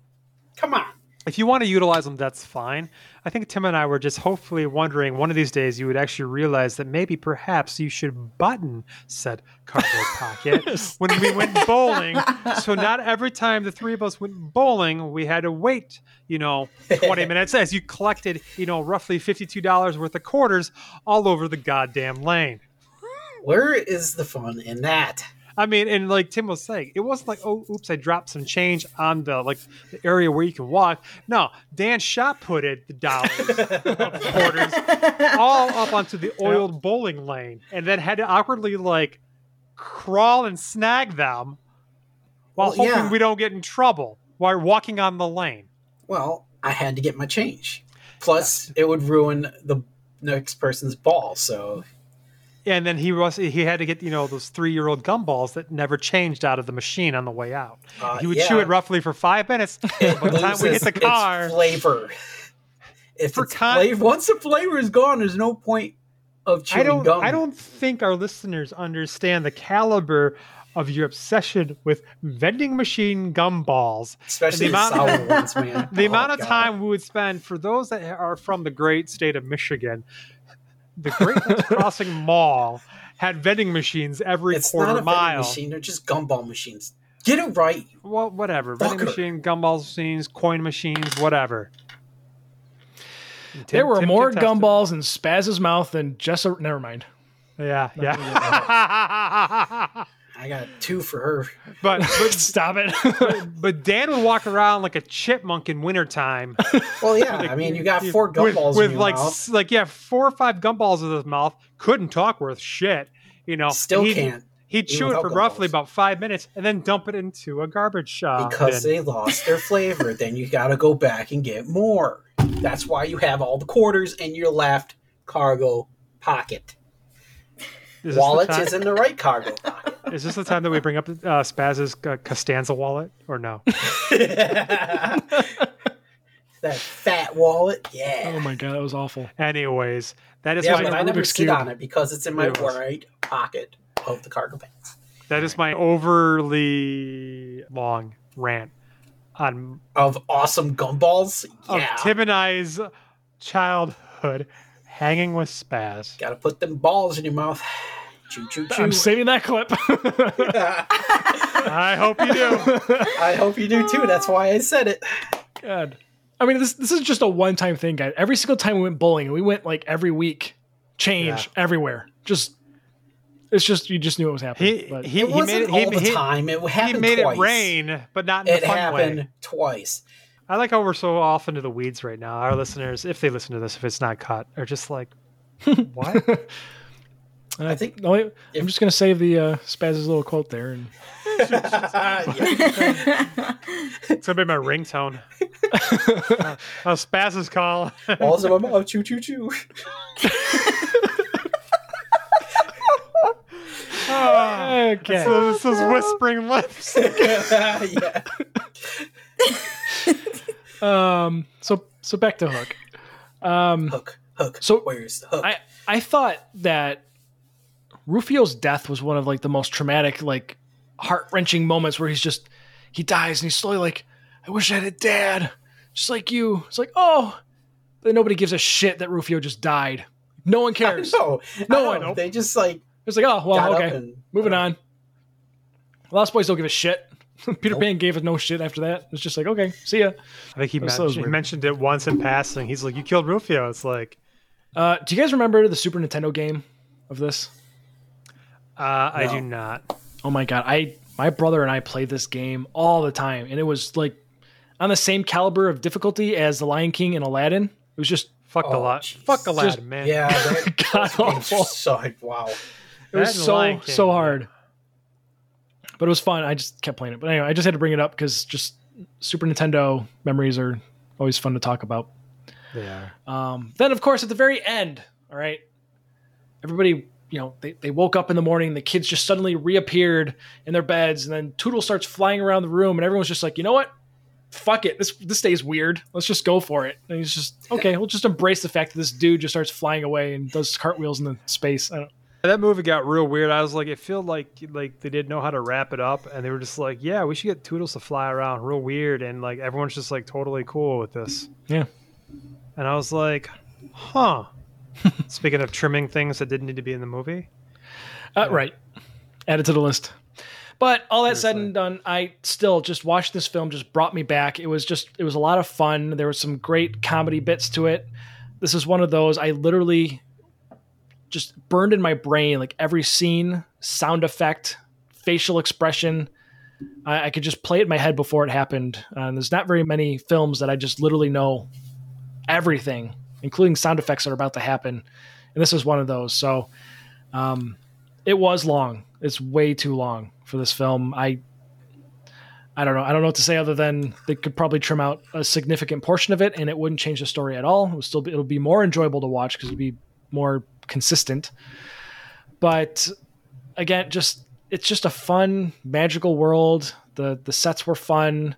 [SPEAKER 3] come on.
[SPEAKER 4] if you want to utilize them, that's fine. I think Tim and I were just hopefully wondering one of these days you would actually realize that maybe perhaps you should button said cardboard pocket when we went bowling. So not every time the three of us went bowling, we had to wait, you know, 20 minutes as you collected, you know, roughly $52 worth of quarters all over the goddamn lane.
[SPEAKER 3] Where is the fun in that?
[SPEAKER 4] I mean, and like Tim was saying, it wasn't like, oh, oops, I dropped some change on the like the area where you can walk. No, Dan shot putted the dollars, of quarters, all up onto the oiled bowling lane, and then had to awkwardly like crawl and snag them while
[SPEAKER 3] Well,
[SPEAKER 4] hoping
[SPEAKER 3] yeah.
[SPEAKER 4] we don't get in trouble while walking on the lane.
[SPEAKER 3] Well, I had to get my change. Plus, it would ruin the next person's ball. So,
[SPEAKER 4] And then he was he had to get you know those three year old gumballs that never changed out of the machine on the way out.
[SPEAKER 3] Uh,
[SPEAKER 4] he would chew
[SPEAKER 3] yeah.
[SPEAKER 4] it roughly for five minutes. By the time we hit
[SPEAKER 3] loses
[SPEAKER 4] the car,
[SPEAKER 3] its flavor. If
[SPEAKER 4] For
[SPEAKER 3] it's
[SPEAKER 4] con-
[SPEAKER 3] flavor, once the flavor is gone, there's no point of chewing
[SPEAKER 4] I don't.
[SPEAKER 3] gum.
[SPEAKER 4] I don't think our listeners understand the caliber of your obsession with vending machine gumballs.
[SPEAKER 3] especially
[SPEAKER 4] the
[SPEAKER 3] the,
[SPEAKER 4] amount-
[SPEAKER 3] sour ones, man.
[SPEAKER 4] The
[SPEAKER 3] Oh,
[SPEAKER 4] amount of
[SPEAKER 3] God.
[SPEAKER 4] time we would spend for those that are from the great state of Michigan, the Great Lakes Crossing Mall had vending machines every
[SPEAKER 3] it's
[SPEAKER 4] quarter
[SPEAKER 3] not a vending
[SPEAKER 4] mile.
[SPEAKER 3] machine; they're just gumball machines. Get it right.
[SPEAKER 4] Well, whatever. Vending
[SPEAKER 3] Fucker.
[SPEAKER 4] machine, gumball machines, coin machines, whatever. And Tim-
[SPEAKER 2] there were
[SPEAKER 4] Tim
[SPEAKER 2] more
[SPEAKER 4] can test it.
[SPEAKER 2] gumballs in Spaz's mouth than just. A, never mind.
[SPEAKER 4] Yeah, yeah.
[SPEAKER 3] I got two for her.
[SPEAKER 4] but but
[SPEAKER 2] Stop it.
[SPEAKER 4] But Dan would walk around like a chipmunk in wintertime.
[SPEAKER 3] Well, yeah. I mean, you got four
[SPEAKER 4] with,
[SPEAKER 3] gumballs
[SPEAKER 4] with
[SPEAKER 3] in your
[SPEAKER 4] like
[SPEAKER 3] mouth.
[SPEAKER 4] s- like yeah, four or five gumballs in his mouth. Couldn't talk worth shit. You know,
[SPEAKER 3] Still
[SPEAKER 4] he'd,
[SPEAKER 3] can't
[SPEAKER 4] He'd
[SPEAKER 3] even
[SPEAKER 4] chew it
[SPEAKER 3] without
[SPEAKER 4] for roughly
[SPEAKER 3] gumballs.
[SPEAKER 4] about five minutes and then dump it into a garbage shop.
[SPEAKER 3] because
[SPEAKER 4] bin.
[SPEAKER 3] they lost their flavor. then you got to go back and get more. That's why you have all the quarters in your left cargo pocket.
[SPEAKER 4] is this
[SPEAKER 3] Wallet
[SPEAKER 4] the time,
[SPEAKER 3] is in the right cargo pocket.
[SPEAKER 4] is this the time that we bring up uh, Spaz's uh, Costanza wallet or no?
[SPEAKER 3] That fat wallet, yeah.
[SPEAKER 2] oh my god, that was awful.
[SPEAKER 4] Anyways, that is
[SPEAKER 3] yeah,
[SPEAKER 4] my
[SPEAKER 3] but I never
[SPEAKER 2] Rubik's
[SPEAKER 3] sit
[SPEAKER 2] Cube.
[SPEAKER 3] on it because it's in my
[SPEAKER 4] It was.
[SPEAKER 3] right pocket of the cargo pants.
[SPEAKER 4] that is my overly long rant on
[SPEAKER 3] Of awesome gumballs,
[SPEAKER 4] of
[SPEAKER 3] yeah.
[SPEAKER 4] Tim and I's childhood hanging with Spaz.
[SPEAKER 3] Got to put them balls in your mouth. Choo choo choo.
[SPEAKER 2] I'm saving that clip.
[SPEAKER 4] I hope you do.
[SPEAKER 3] I hope you do too. That's why I said it.
[SPEAKER 2] God. I mean, this this is just a one time thing, guys. Every single time we went bowling, we went like every week, change everywhere. Just it's just you just knew it was happening.
[SPEAKER 4] He
[SPEAKER 2] but
[SPEAKER 4] he,
[SPEAKER 3] It
[SPEAKER 4] he
[SPEAKER 3] wasn't
[SPEAKER 4] made it
[SPEAKER 3] all
[SPEAKER 4] he,
[SPEAKER 3] the
[SPEAKER 4] he-
[SPEAKER 3] time. It
[SPEAKER 4] he
[SPEAKER 3] happened
[SPEAKER 4] made
[SPEAKER 3] twice.
[SPEAKER 4] it rain, but not in
[SPEAKER 3] It
[SPEAKER 4] a fun
[SPEAKER 3] happened
[SPEAKER 4] way.
[SPEAKER 3] twice.
[SPEAKER 4] I like how we're so off into the weeds right now. Our listeners, if they listen to this, if it's not cut, are just like, what?
[SPEAKER 2] I,
[SPEAKER 3] think
[SPEAKER 2] no, I-
[SPEAKER 3] if-
[SPEAKER 2] I'm just gonna save the uh, Spaz's little quote there. And
[SPEAKER 3] Yeah.
[SPEAKER 4] it's gonna be my ringtone. uh, a Spaz's call.
[SPEAKER 3] Balls in my mouth. Choo choo choo. Ah,
[SPEAKER 2] okay,
[SPEAKER 4] So this is whispering lips.
[SPEAKER 3] yeah.
[SPEAKER 2] um, so so back to Hook. Um,
[SPEAKER 3] Hook. Hook.
[SPEAKER 2] So-
[SPEAKER 3] where's the hook?
[SPEAKER 2] I I thought that Rufio's death was one of like the most traumatic, like heart wrenching moments where he's just he dies and he's slowly like, I wish I had a dad, just like you. It's like, oh, but nobody gives a shit that Rufio just died. No one cares.
[SPEAKER 3] no,
[SPEAKER 2] No, I
[SPEAKER 3] no,
[SPEAKER 2] don't.
[SPEAKER 3] they just like
[SPEAKER 2] It's like, oh
[SPEAKER 3] got
[SPEAKER 2] well,
[SPEAKER 3] up
[SPEAKER 2] okay,
[SPEAKER 3] and-
[SPEAKER 2] moving on. Lost Boys don't give a shit. Peter Pan gave us no shit after that. It's just like, okay, see ya.
[SPEAKER 4] I think he,
[SPEAKER 2] That was
[SPEAKER 4] mentioned, he
[SPEAKER 2] weird.
[SPEAKER 4] mentioned it once in passing. He's like, "You killed Rufio." It's like,
[SPEAKER 2] Uh, do you guys remember the Super Nintendo game of this?
[SPEAKER 4] uh, I
[SPEAKER 3] No.
[SPEAKER 4] do not.
[SPEAKER 2] Oh my god, I my brother and I played this game all the time, and it was like on the same caliber of difficulty as The Lion King and Aladdin. It was just
[SPEAKER 4] Fuck the
[SPEAKER 3] Oh,
[SPEAKER 4] lot.
[SPEAKER 3] jeez.
[SPEAKER 4] Fuck the
[SPEAKER 2] Just-
[SPEAKER 4] lad, man.
[SPEAKER 3] yeah. that-
[SPEAKER 2] god awful.
[SPEAKER 3] so wow.
[SPEAKER 2] It was
[SPEAKER 4] That and
[SPEAKER 2] so
[SPEAKER 4] Lion King.
[SPEAKER 2] so hard, but it was fun. I just kept playing it. But anyway, I just had to bring it up because just Super Nintendo memories are always fun to talk about.
[SPEAKER 4] They are.
[SPEAKER 2] Um, then, of course, at the very end, all right, everybody, you know, they, they woke up in the morning, the kids just suddenly reappeared in their beds, and then Toodle starts flying around the room, and everyone's just like, you know what? Fuck it. This this day's weird. Let's just go for it. And he's just, okay, we'll just embrace the fact that this dude just starts flying away and does cartwheels in the space. I don't,
[SPEAKER 4] That movie got real weird. I was like, it felt like like they didn't know how to wrap it up, and they were just like, yeah, we should get Toodles to fly around, real weird, and like everyone's just like totally cool with this.
[SPEAKER 2] Yeah.
[SPEAKER 4] And I was like, huh. Speaking of trimming things that didn't need to be in the movie,
[SPEAKER 2] Uh, right. Add it to the list. But all that said
[SPEAKER 4] Seriously.
[SPEAKER 2] and done, I still just watched this film. Just brought me back. It was just it was a lot of fun. There was some great comedy bits to it. This is one of those I literally just burned in my brain like every scene, sound effect, facial expression. I, I could just play it in my head before it happened. Uh, and there's not very many films that I just literally know everything, including sound effects that are about to happen. And this was one of those. So. Um, it was long. It's way too long for this film. I I don't know. I don't know what to say other than they could probably trim out a significant portion of it and it wouldn't change the story at all. It would still be, it'll be more enjoyable to watch cuz it'd be more consistent. But again, just it's just a fun magical world. The the sets were fun.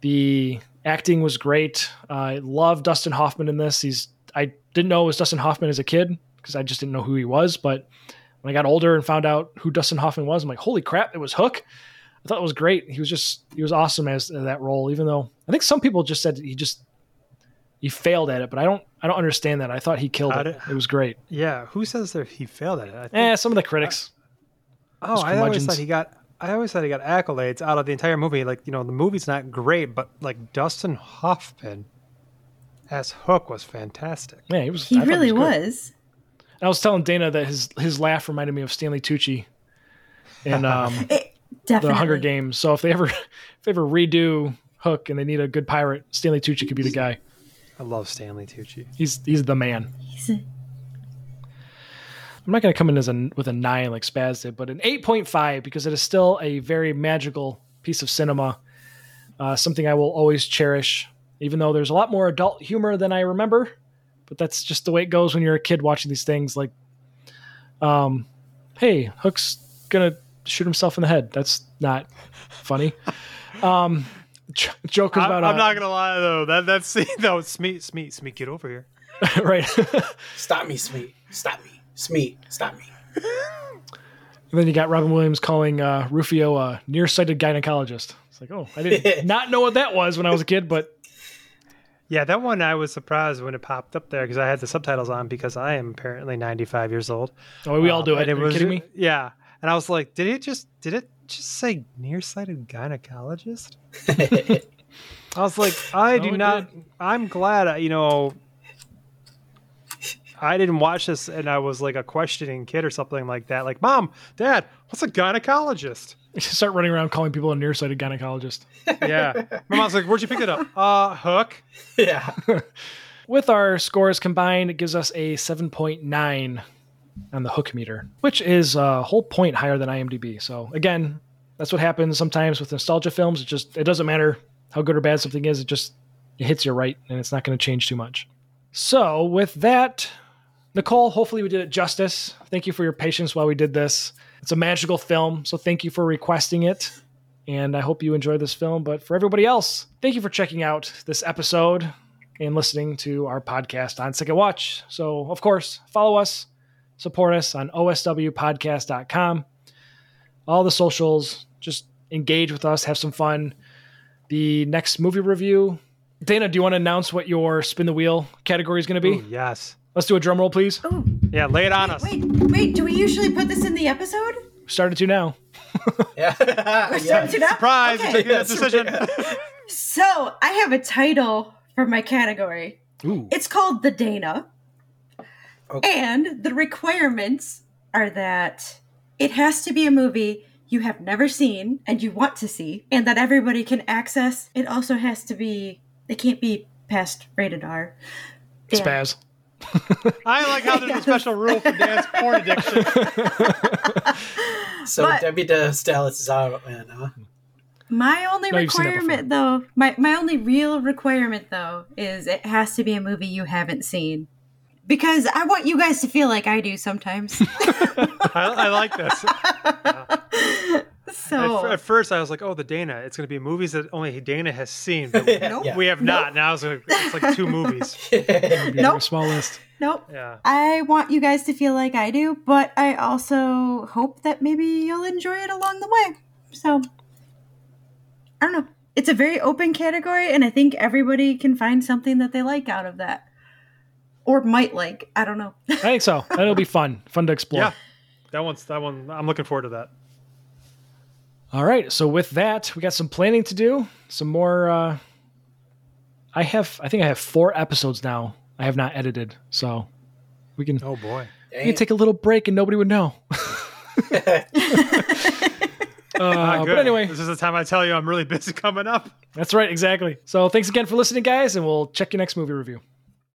[SPEAKER 2] The acting was great. I love Dustin Hoffman in this. He's I didn't know it was Dustin Hoffman as a kid because I just didn't know who he was, but when I got older and found out who Dustin Hoffman was, I'm like, holy crap, it was Hook. I thought it was great. He was just he was awesome as uh, that role, even though I think some people just said he just he failed at it, but I don't I don't understand that. I thought he killed
[SPEAKER 4] How
[SPEAKER 2] it.
[SPEAKER 4] did-
[SPEAKER 2] It was great.
[SPEAKER 4] yeah. Who says that he failed at it? I think,
[SPEAKER 2] Eh, some of the critics.
[SPEAKER 4] oh, I always
[SPEAKER 2] curmudgeons.
[SPEAKER 4] thought he got. I always thought he got accolades out of the entire movie. Like you know, the movie's not great, but like Dustin Hoffman as Hook was fantastic.
[SPEAKER 2] Yeah, he was I
[SPEAKER 5] He
[SPEAKER 2] thought
[SPEAKER 5] really
[SPEAKER 2] he was great.
[SPEAKER 5] was.
[SPEAKER 2] I was telling Dana that his his laugh reminded me of Stanley Tucci in um,
[SPEAKER 5] It, definitely.
[SPEAKER 2] the Hunger Games. So if they ever if they ever redo Hook and they need a good pirate, Stanley Tucci could be the guy.
[SPEAKER 4] I love Stanley Tucci.
[SPEAKER 2] He's he's the man.
[SPEAKER 5] He's a-
[SPEAKER 2] I'm not going to come in as a with a nine like Spaz did, but an eight point five because it is still a very magical piece of cinema, uh, something I will always cherish. Even though there's a lot more adult humor than I remember, but that's just the way it goes when you're a kid watching these things. Like, um, hey, Hook's gonna shoot himself in the head. That's not funny. um, j- Joker's
[SPEAKER 4] I,
[SPEAKER 2] about.
[SPEAKER 4] am
[SPEAKER 2] a-
[SPEAKER 4] not gonna lie though. That that scene though, Smeet, Smeet, Smeet, get over here.
[SPEAKER 2] uh, right.
[SPEAKER 3] Stop me, Smeet. Stop me. Smeet, stop me.
[SPEAKER 2] And then you got Robin Williams calling uh, Rufio a nearsighted gynecologist. It's like, oh, I did not know what that was when I was a kid, but
[SPEAKER 4] Yeah, that one I was surprised when it popped up there because I had the subtitles on because I am apparently 95 years old.
[SPEAKER 2] oh, we all
[SPEAKER 4] Um,
[SPEAKER 2] do it.
[SPEAKER 4] and
[SPEAKER 2] Are you
[SPEAKER 4] was-
[SPEAKER 2] kidding me?
[SPEAKER 4] Yeah, and I was like, did it just did it just say nearsighted gynecologist? I was like, I
[SPEAKER 2] No,
[SPEAKER 4] do
[SPEAKER 2] it
[SPEAKER 4] not. I'm glad I- you know. I didn't watch this, and I was like a questioning kid or something like that. Like, mom, dad, what's a gynecologist?
[SPEAKER 2] Start running around calling people a nearsighted gynecologist.
[SPEAKER 4] Yeah, my mom's like, where'd you pick it up? Uh, Hook.
[SPEAKER 3] yeah.
[SPEAKER 2] With our scores combined, it gives us a 7.9 on the hook meter, which is a whole point higher than IMDb. So again, that's what happens sometimes with nostalgia films. It just it doesn't matter how good or bad something is. It just it hits you right, and it's not going to change too much. So with that, Nicole, hopefully we did it justice. Thank you for your patience while we did this. It's a magical film, so thank you for requesting it. And I hope you enjoy this film. But for everybody else, thank you for checking out this episode and listening to our podcast on Second Watch. So, of course, follow us, support us on oswpodcast.com. All the socials, just engage with us, have some fun. The next movie review. Dana, do you want to announce what your spin the wheel category is going to be?
[SPEAKER 4] Ooh, yes.
[SPEAKER 2] Let's do a drum roll, please.
[SPEAKER 5] oh,
[SPEAKER 4] Yeah, lay it on us.
[SPEAKER 5] wait, wait. Do we usually put this in the episode?
[SPEAKER 2] Started to now.
[SPEAKER 3] Yeah. yeah.
[SPEAKER 5] Don't you know?
[SPEAKER 4] Surprise!
[SPEAKER 5] Okay.
[SPEAKER 4] You're making that decision.
[SPEAKER 5] So I have a title for my category. It's called the Dana.
[SPEAKER 3] Okay.
[SPEAKER 5] And the requirements are that it has to be a movie you have never seen and you want to see, and that everybody can access. It also has to be, they can't be past rated R. Dan.
[SPEAKER 2] Spaz.
[SPEAKER 4] I like how there's a special rule for dance porn addiction.
[SPEAKER 3] So
[SPEAKER 5] But-
[SPEAKER 3] Debbie Dallas is out, man. Huh?
[SPEAKER 5] My only
[SPEAKER 2] No, you've seen that
[SPEAKER 5] requirement, though, my, my only real requirement, though, is it has to be a movie you haven't seen. Because I want you guys to feel like I do sometimes.
[SPEAKER 4] I, I like this. At,
[SPEAKER 5] So
[SPEAKER 4] fir- at first, I was like, "Oh, the Dana. It's going to be movies that only Dana has seen, but
[SPEAKER 5] Nope.
[SPEAKER 3] yeah.
[SPEAKER 4] we have not." Now it's like, it's like two movies.
[SPEAKER 5] nope,
[SPEAKER 2] Small list.
[SPEAKER 5] nope.
[SPEAKER 4] Yeah,
[SPEAKER 5] I want you guys to feel like I do, but I also hope that maybe you'll enjoy it along the way. So I don't know. It's a very open category, and I think everybody can find something that they like out of that. Or might like. I don't know.
[SPEAKER 2] I think so. That'll be fun. Fun to explore.
[SPEAKER 4] yeah. That one's that one. I'm looking forward to that.
[SPEAKER 2] All right. So with that, we got some planning to do. Some more. Uh, I have. I think I have four episodes now. I have not edited, so we can
[SPEAKER 4] Oh boy.
[SPEAKER 2] we can take a little break and nobody would know.
[SPEAKER 4] Not
[SPEAKER 2] uh,
[SPEAKER 4] good.
[SPEAKER 2] but anyway,
[SPEAKER 4] this is the time I tell you I'm really busy coming up.
[SPEAKER 2] that's right. Exactly. So thanks again for listening, guys, and we'll check your next movie review.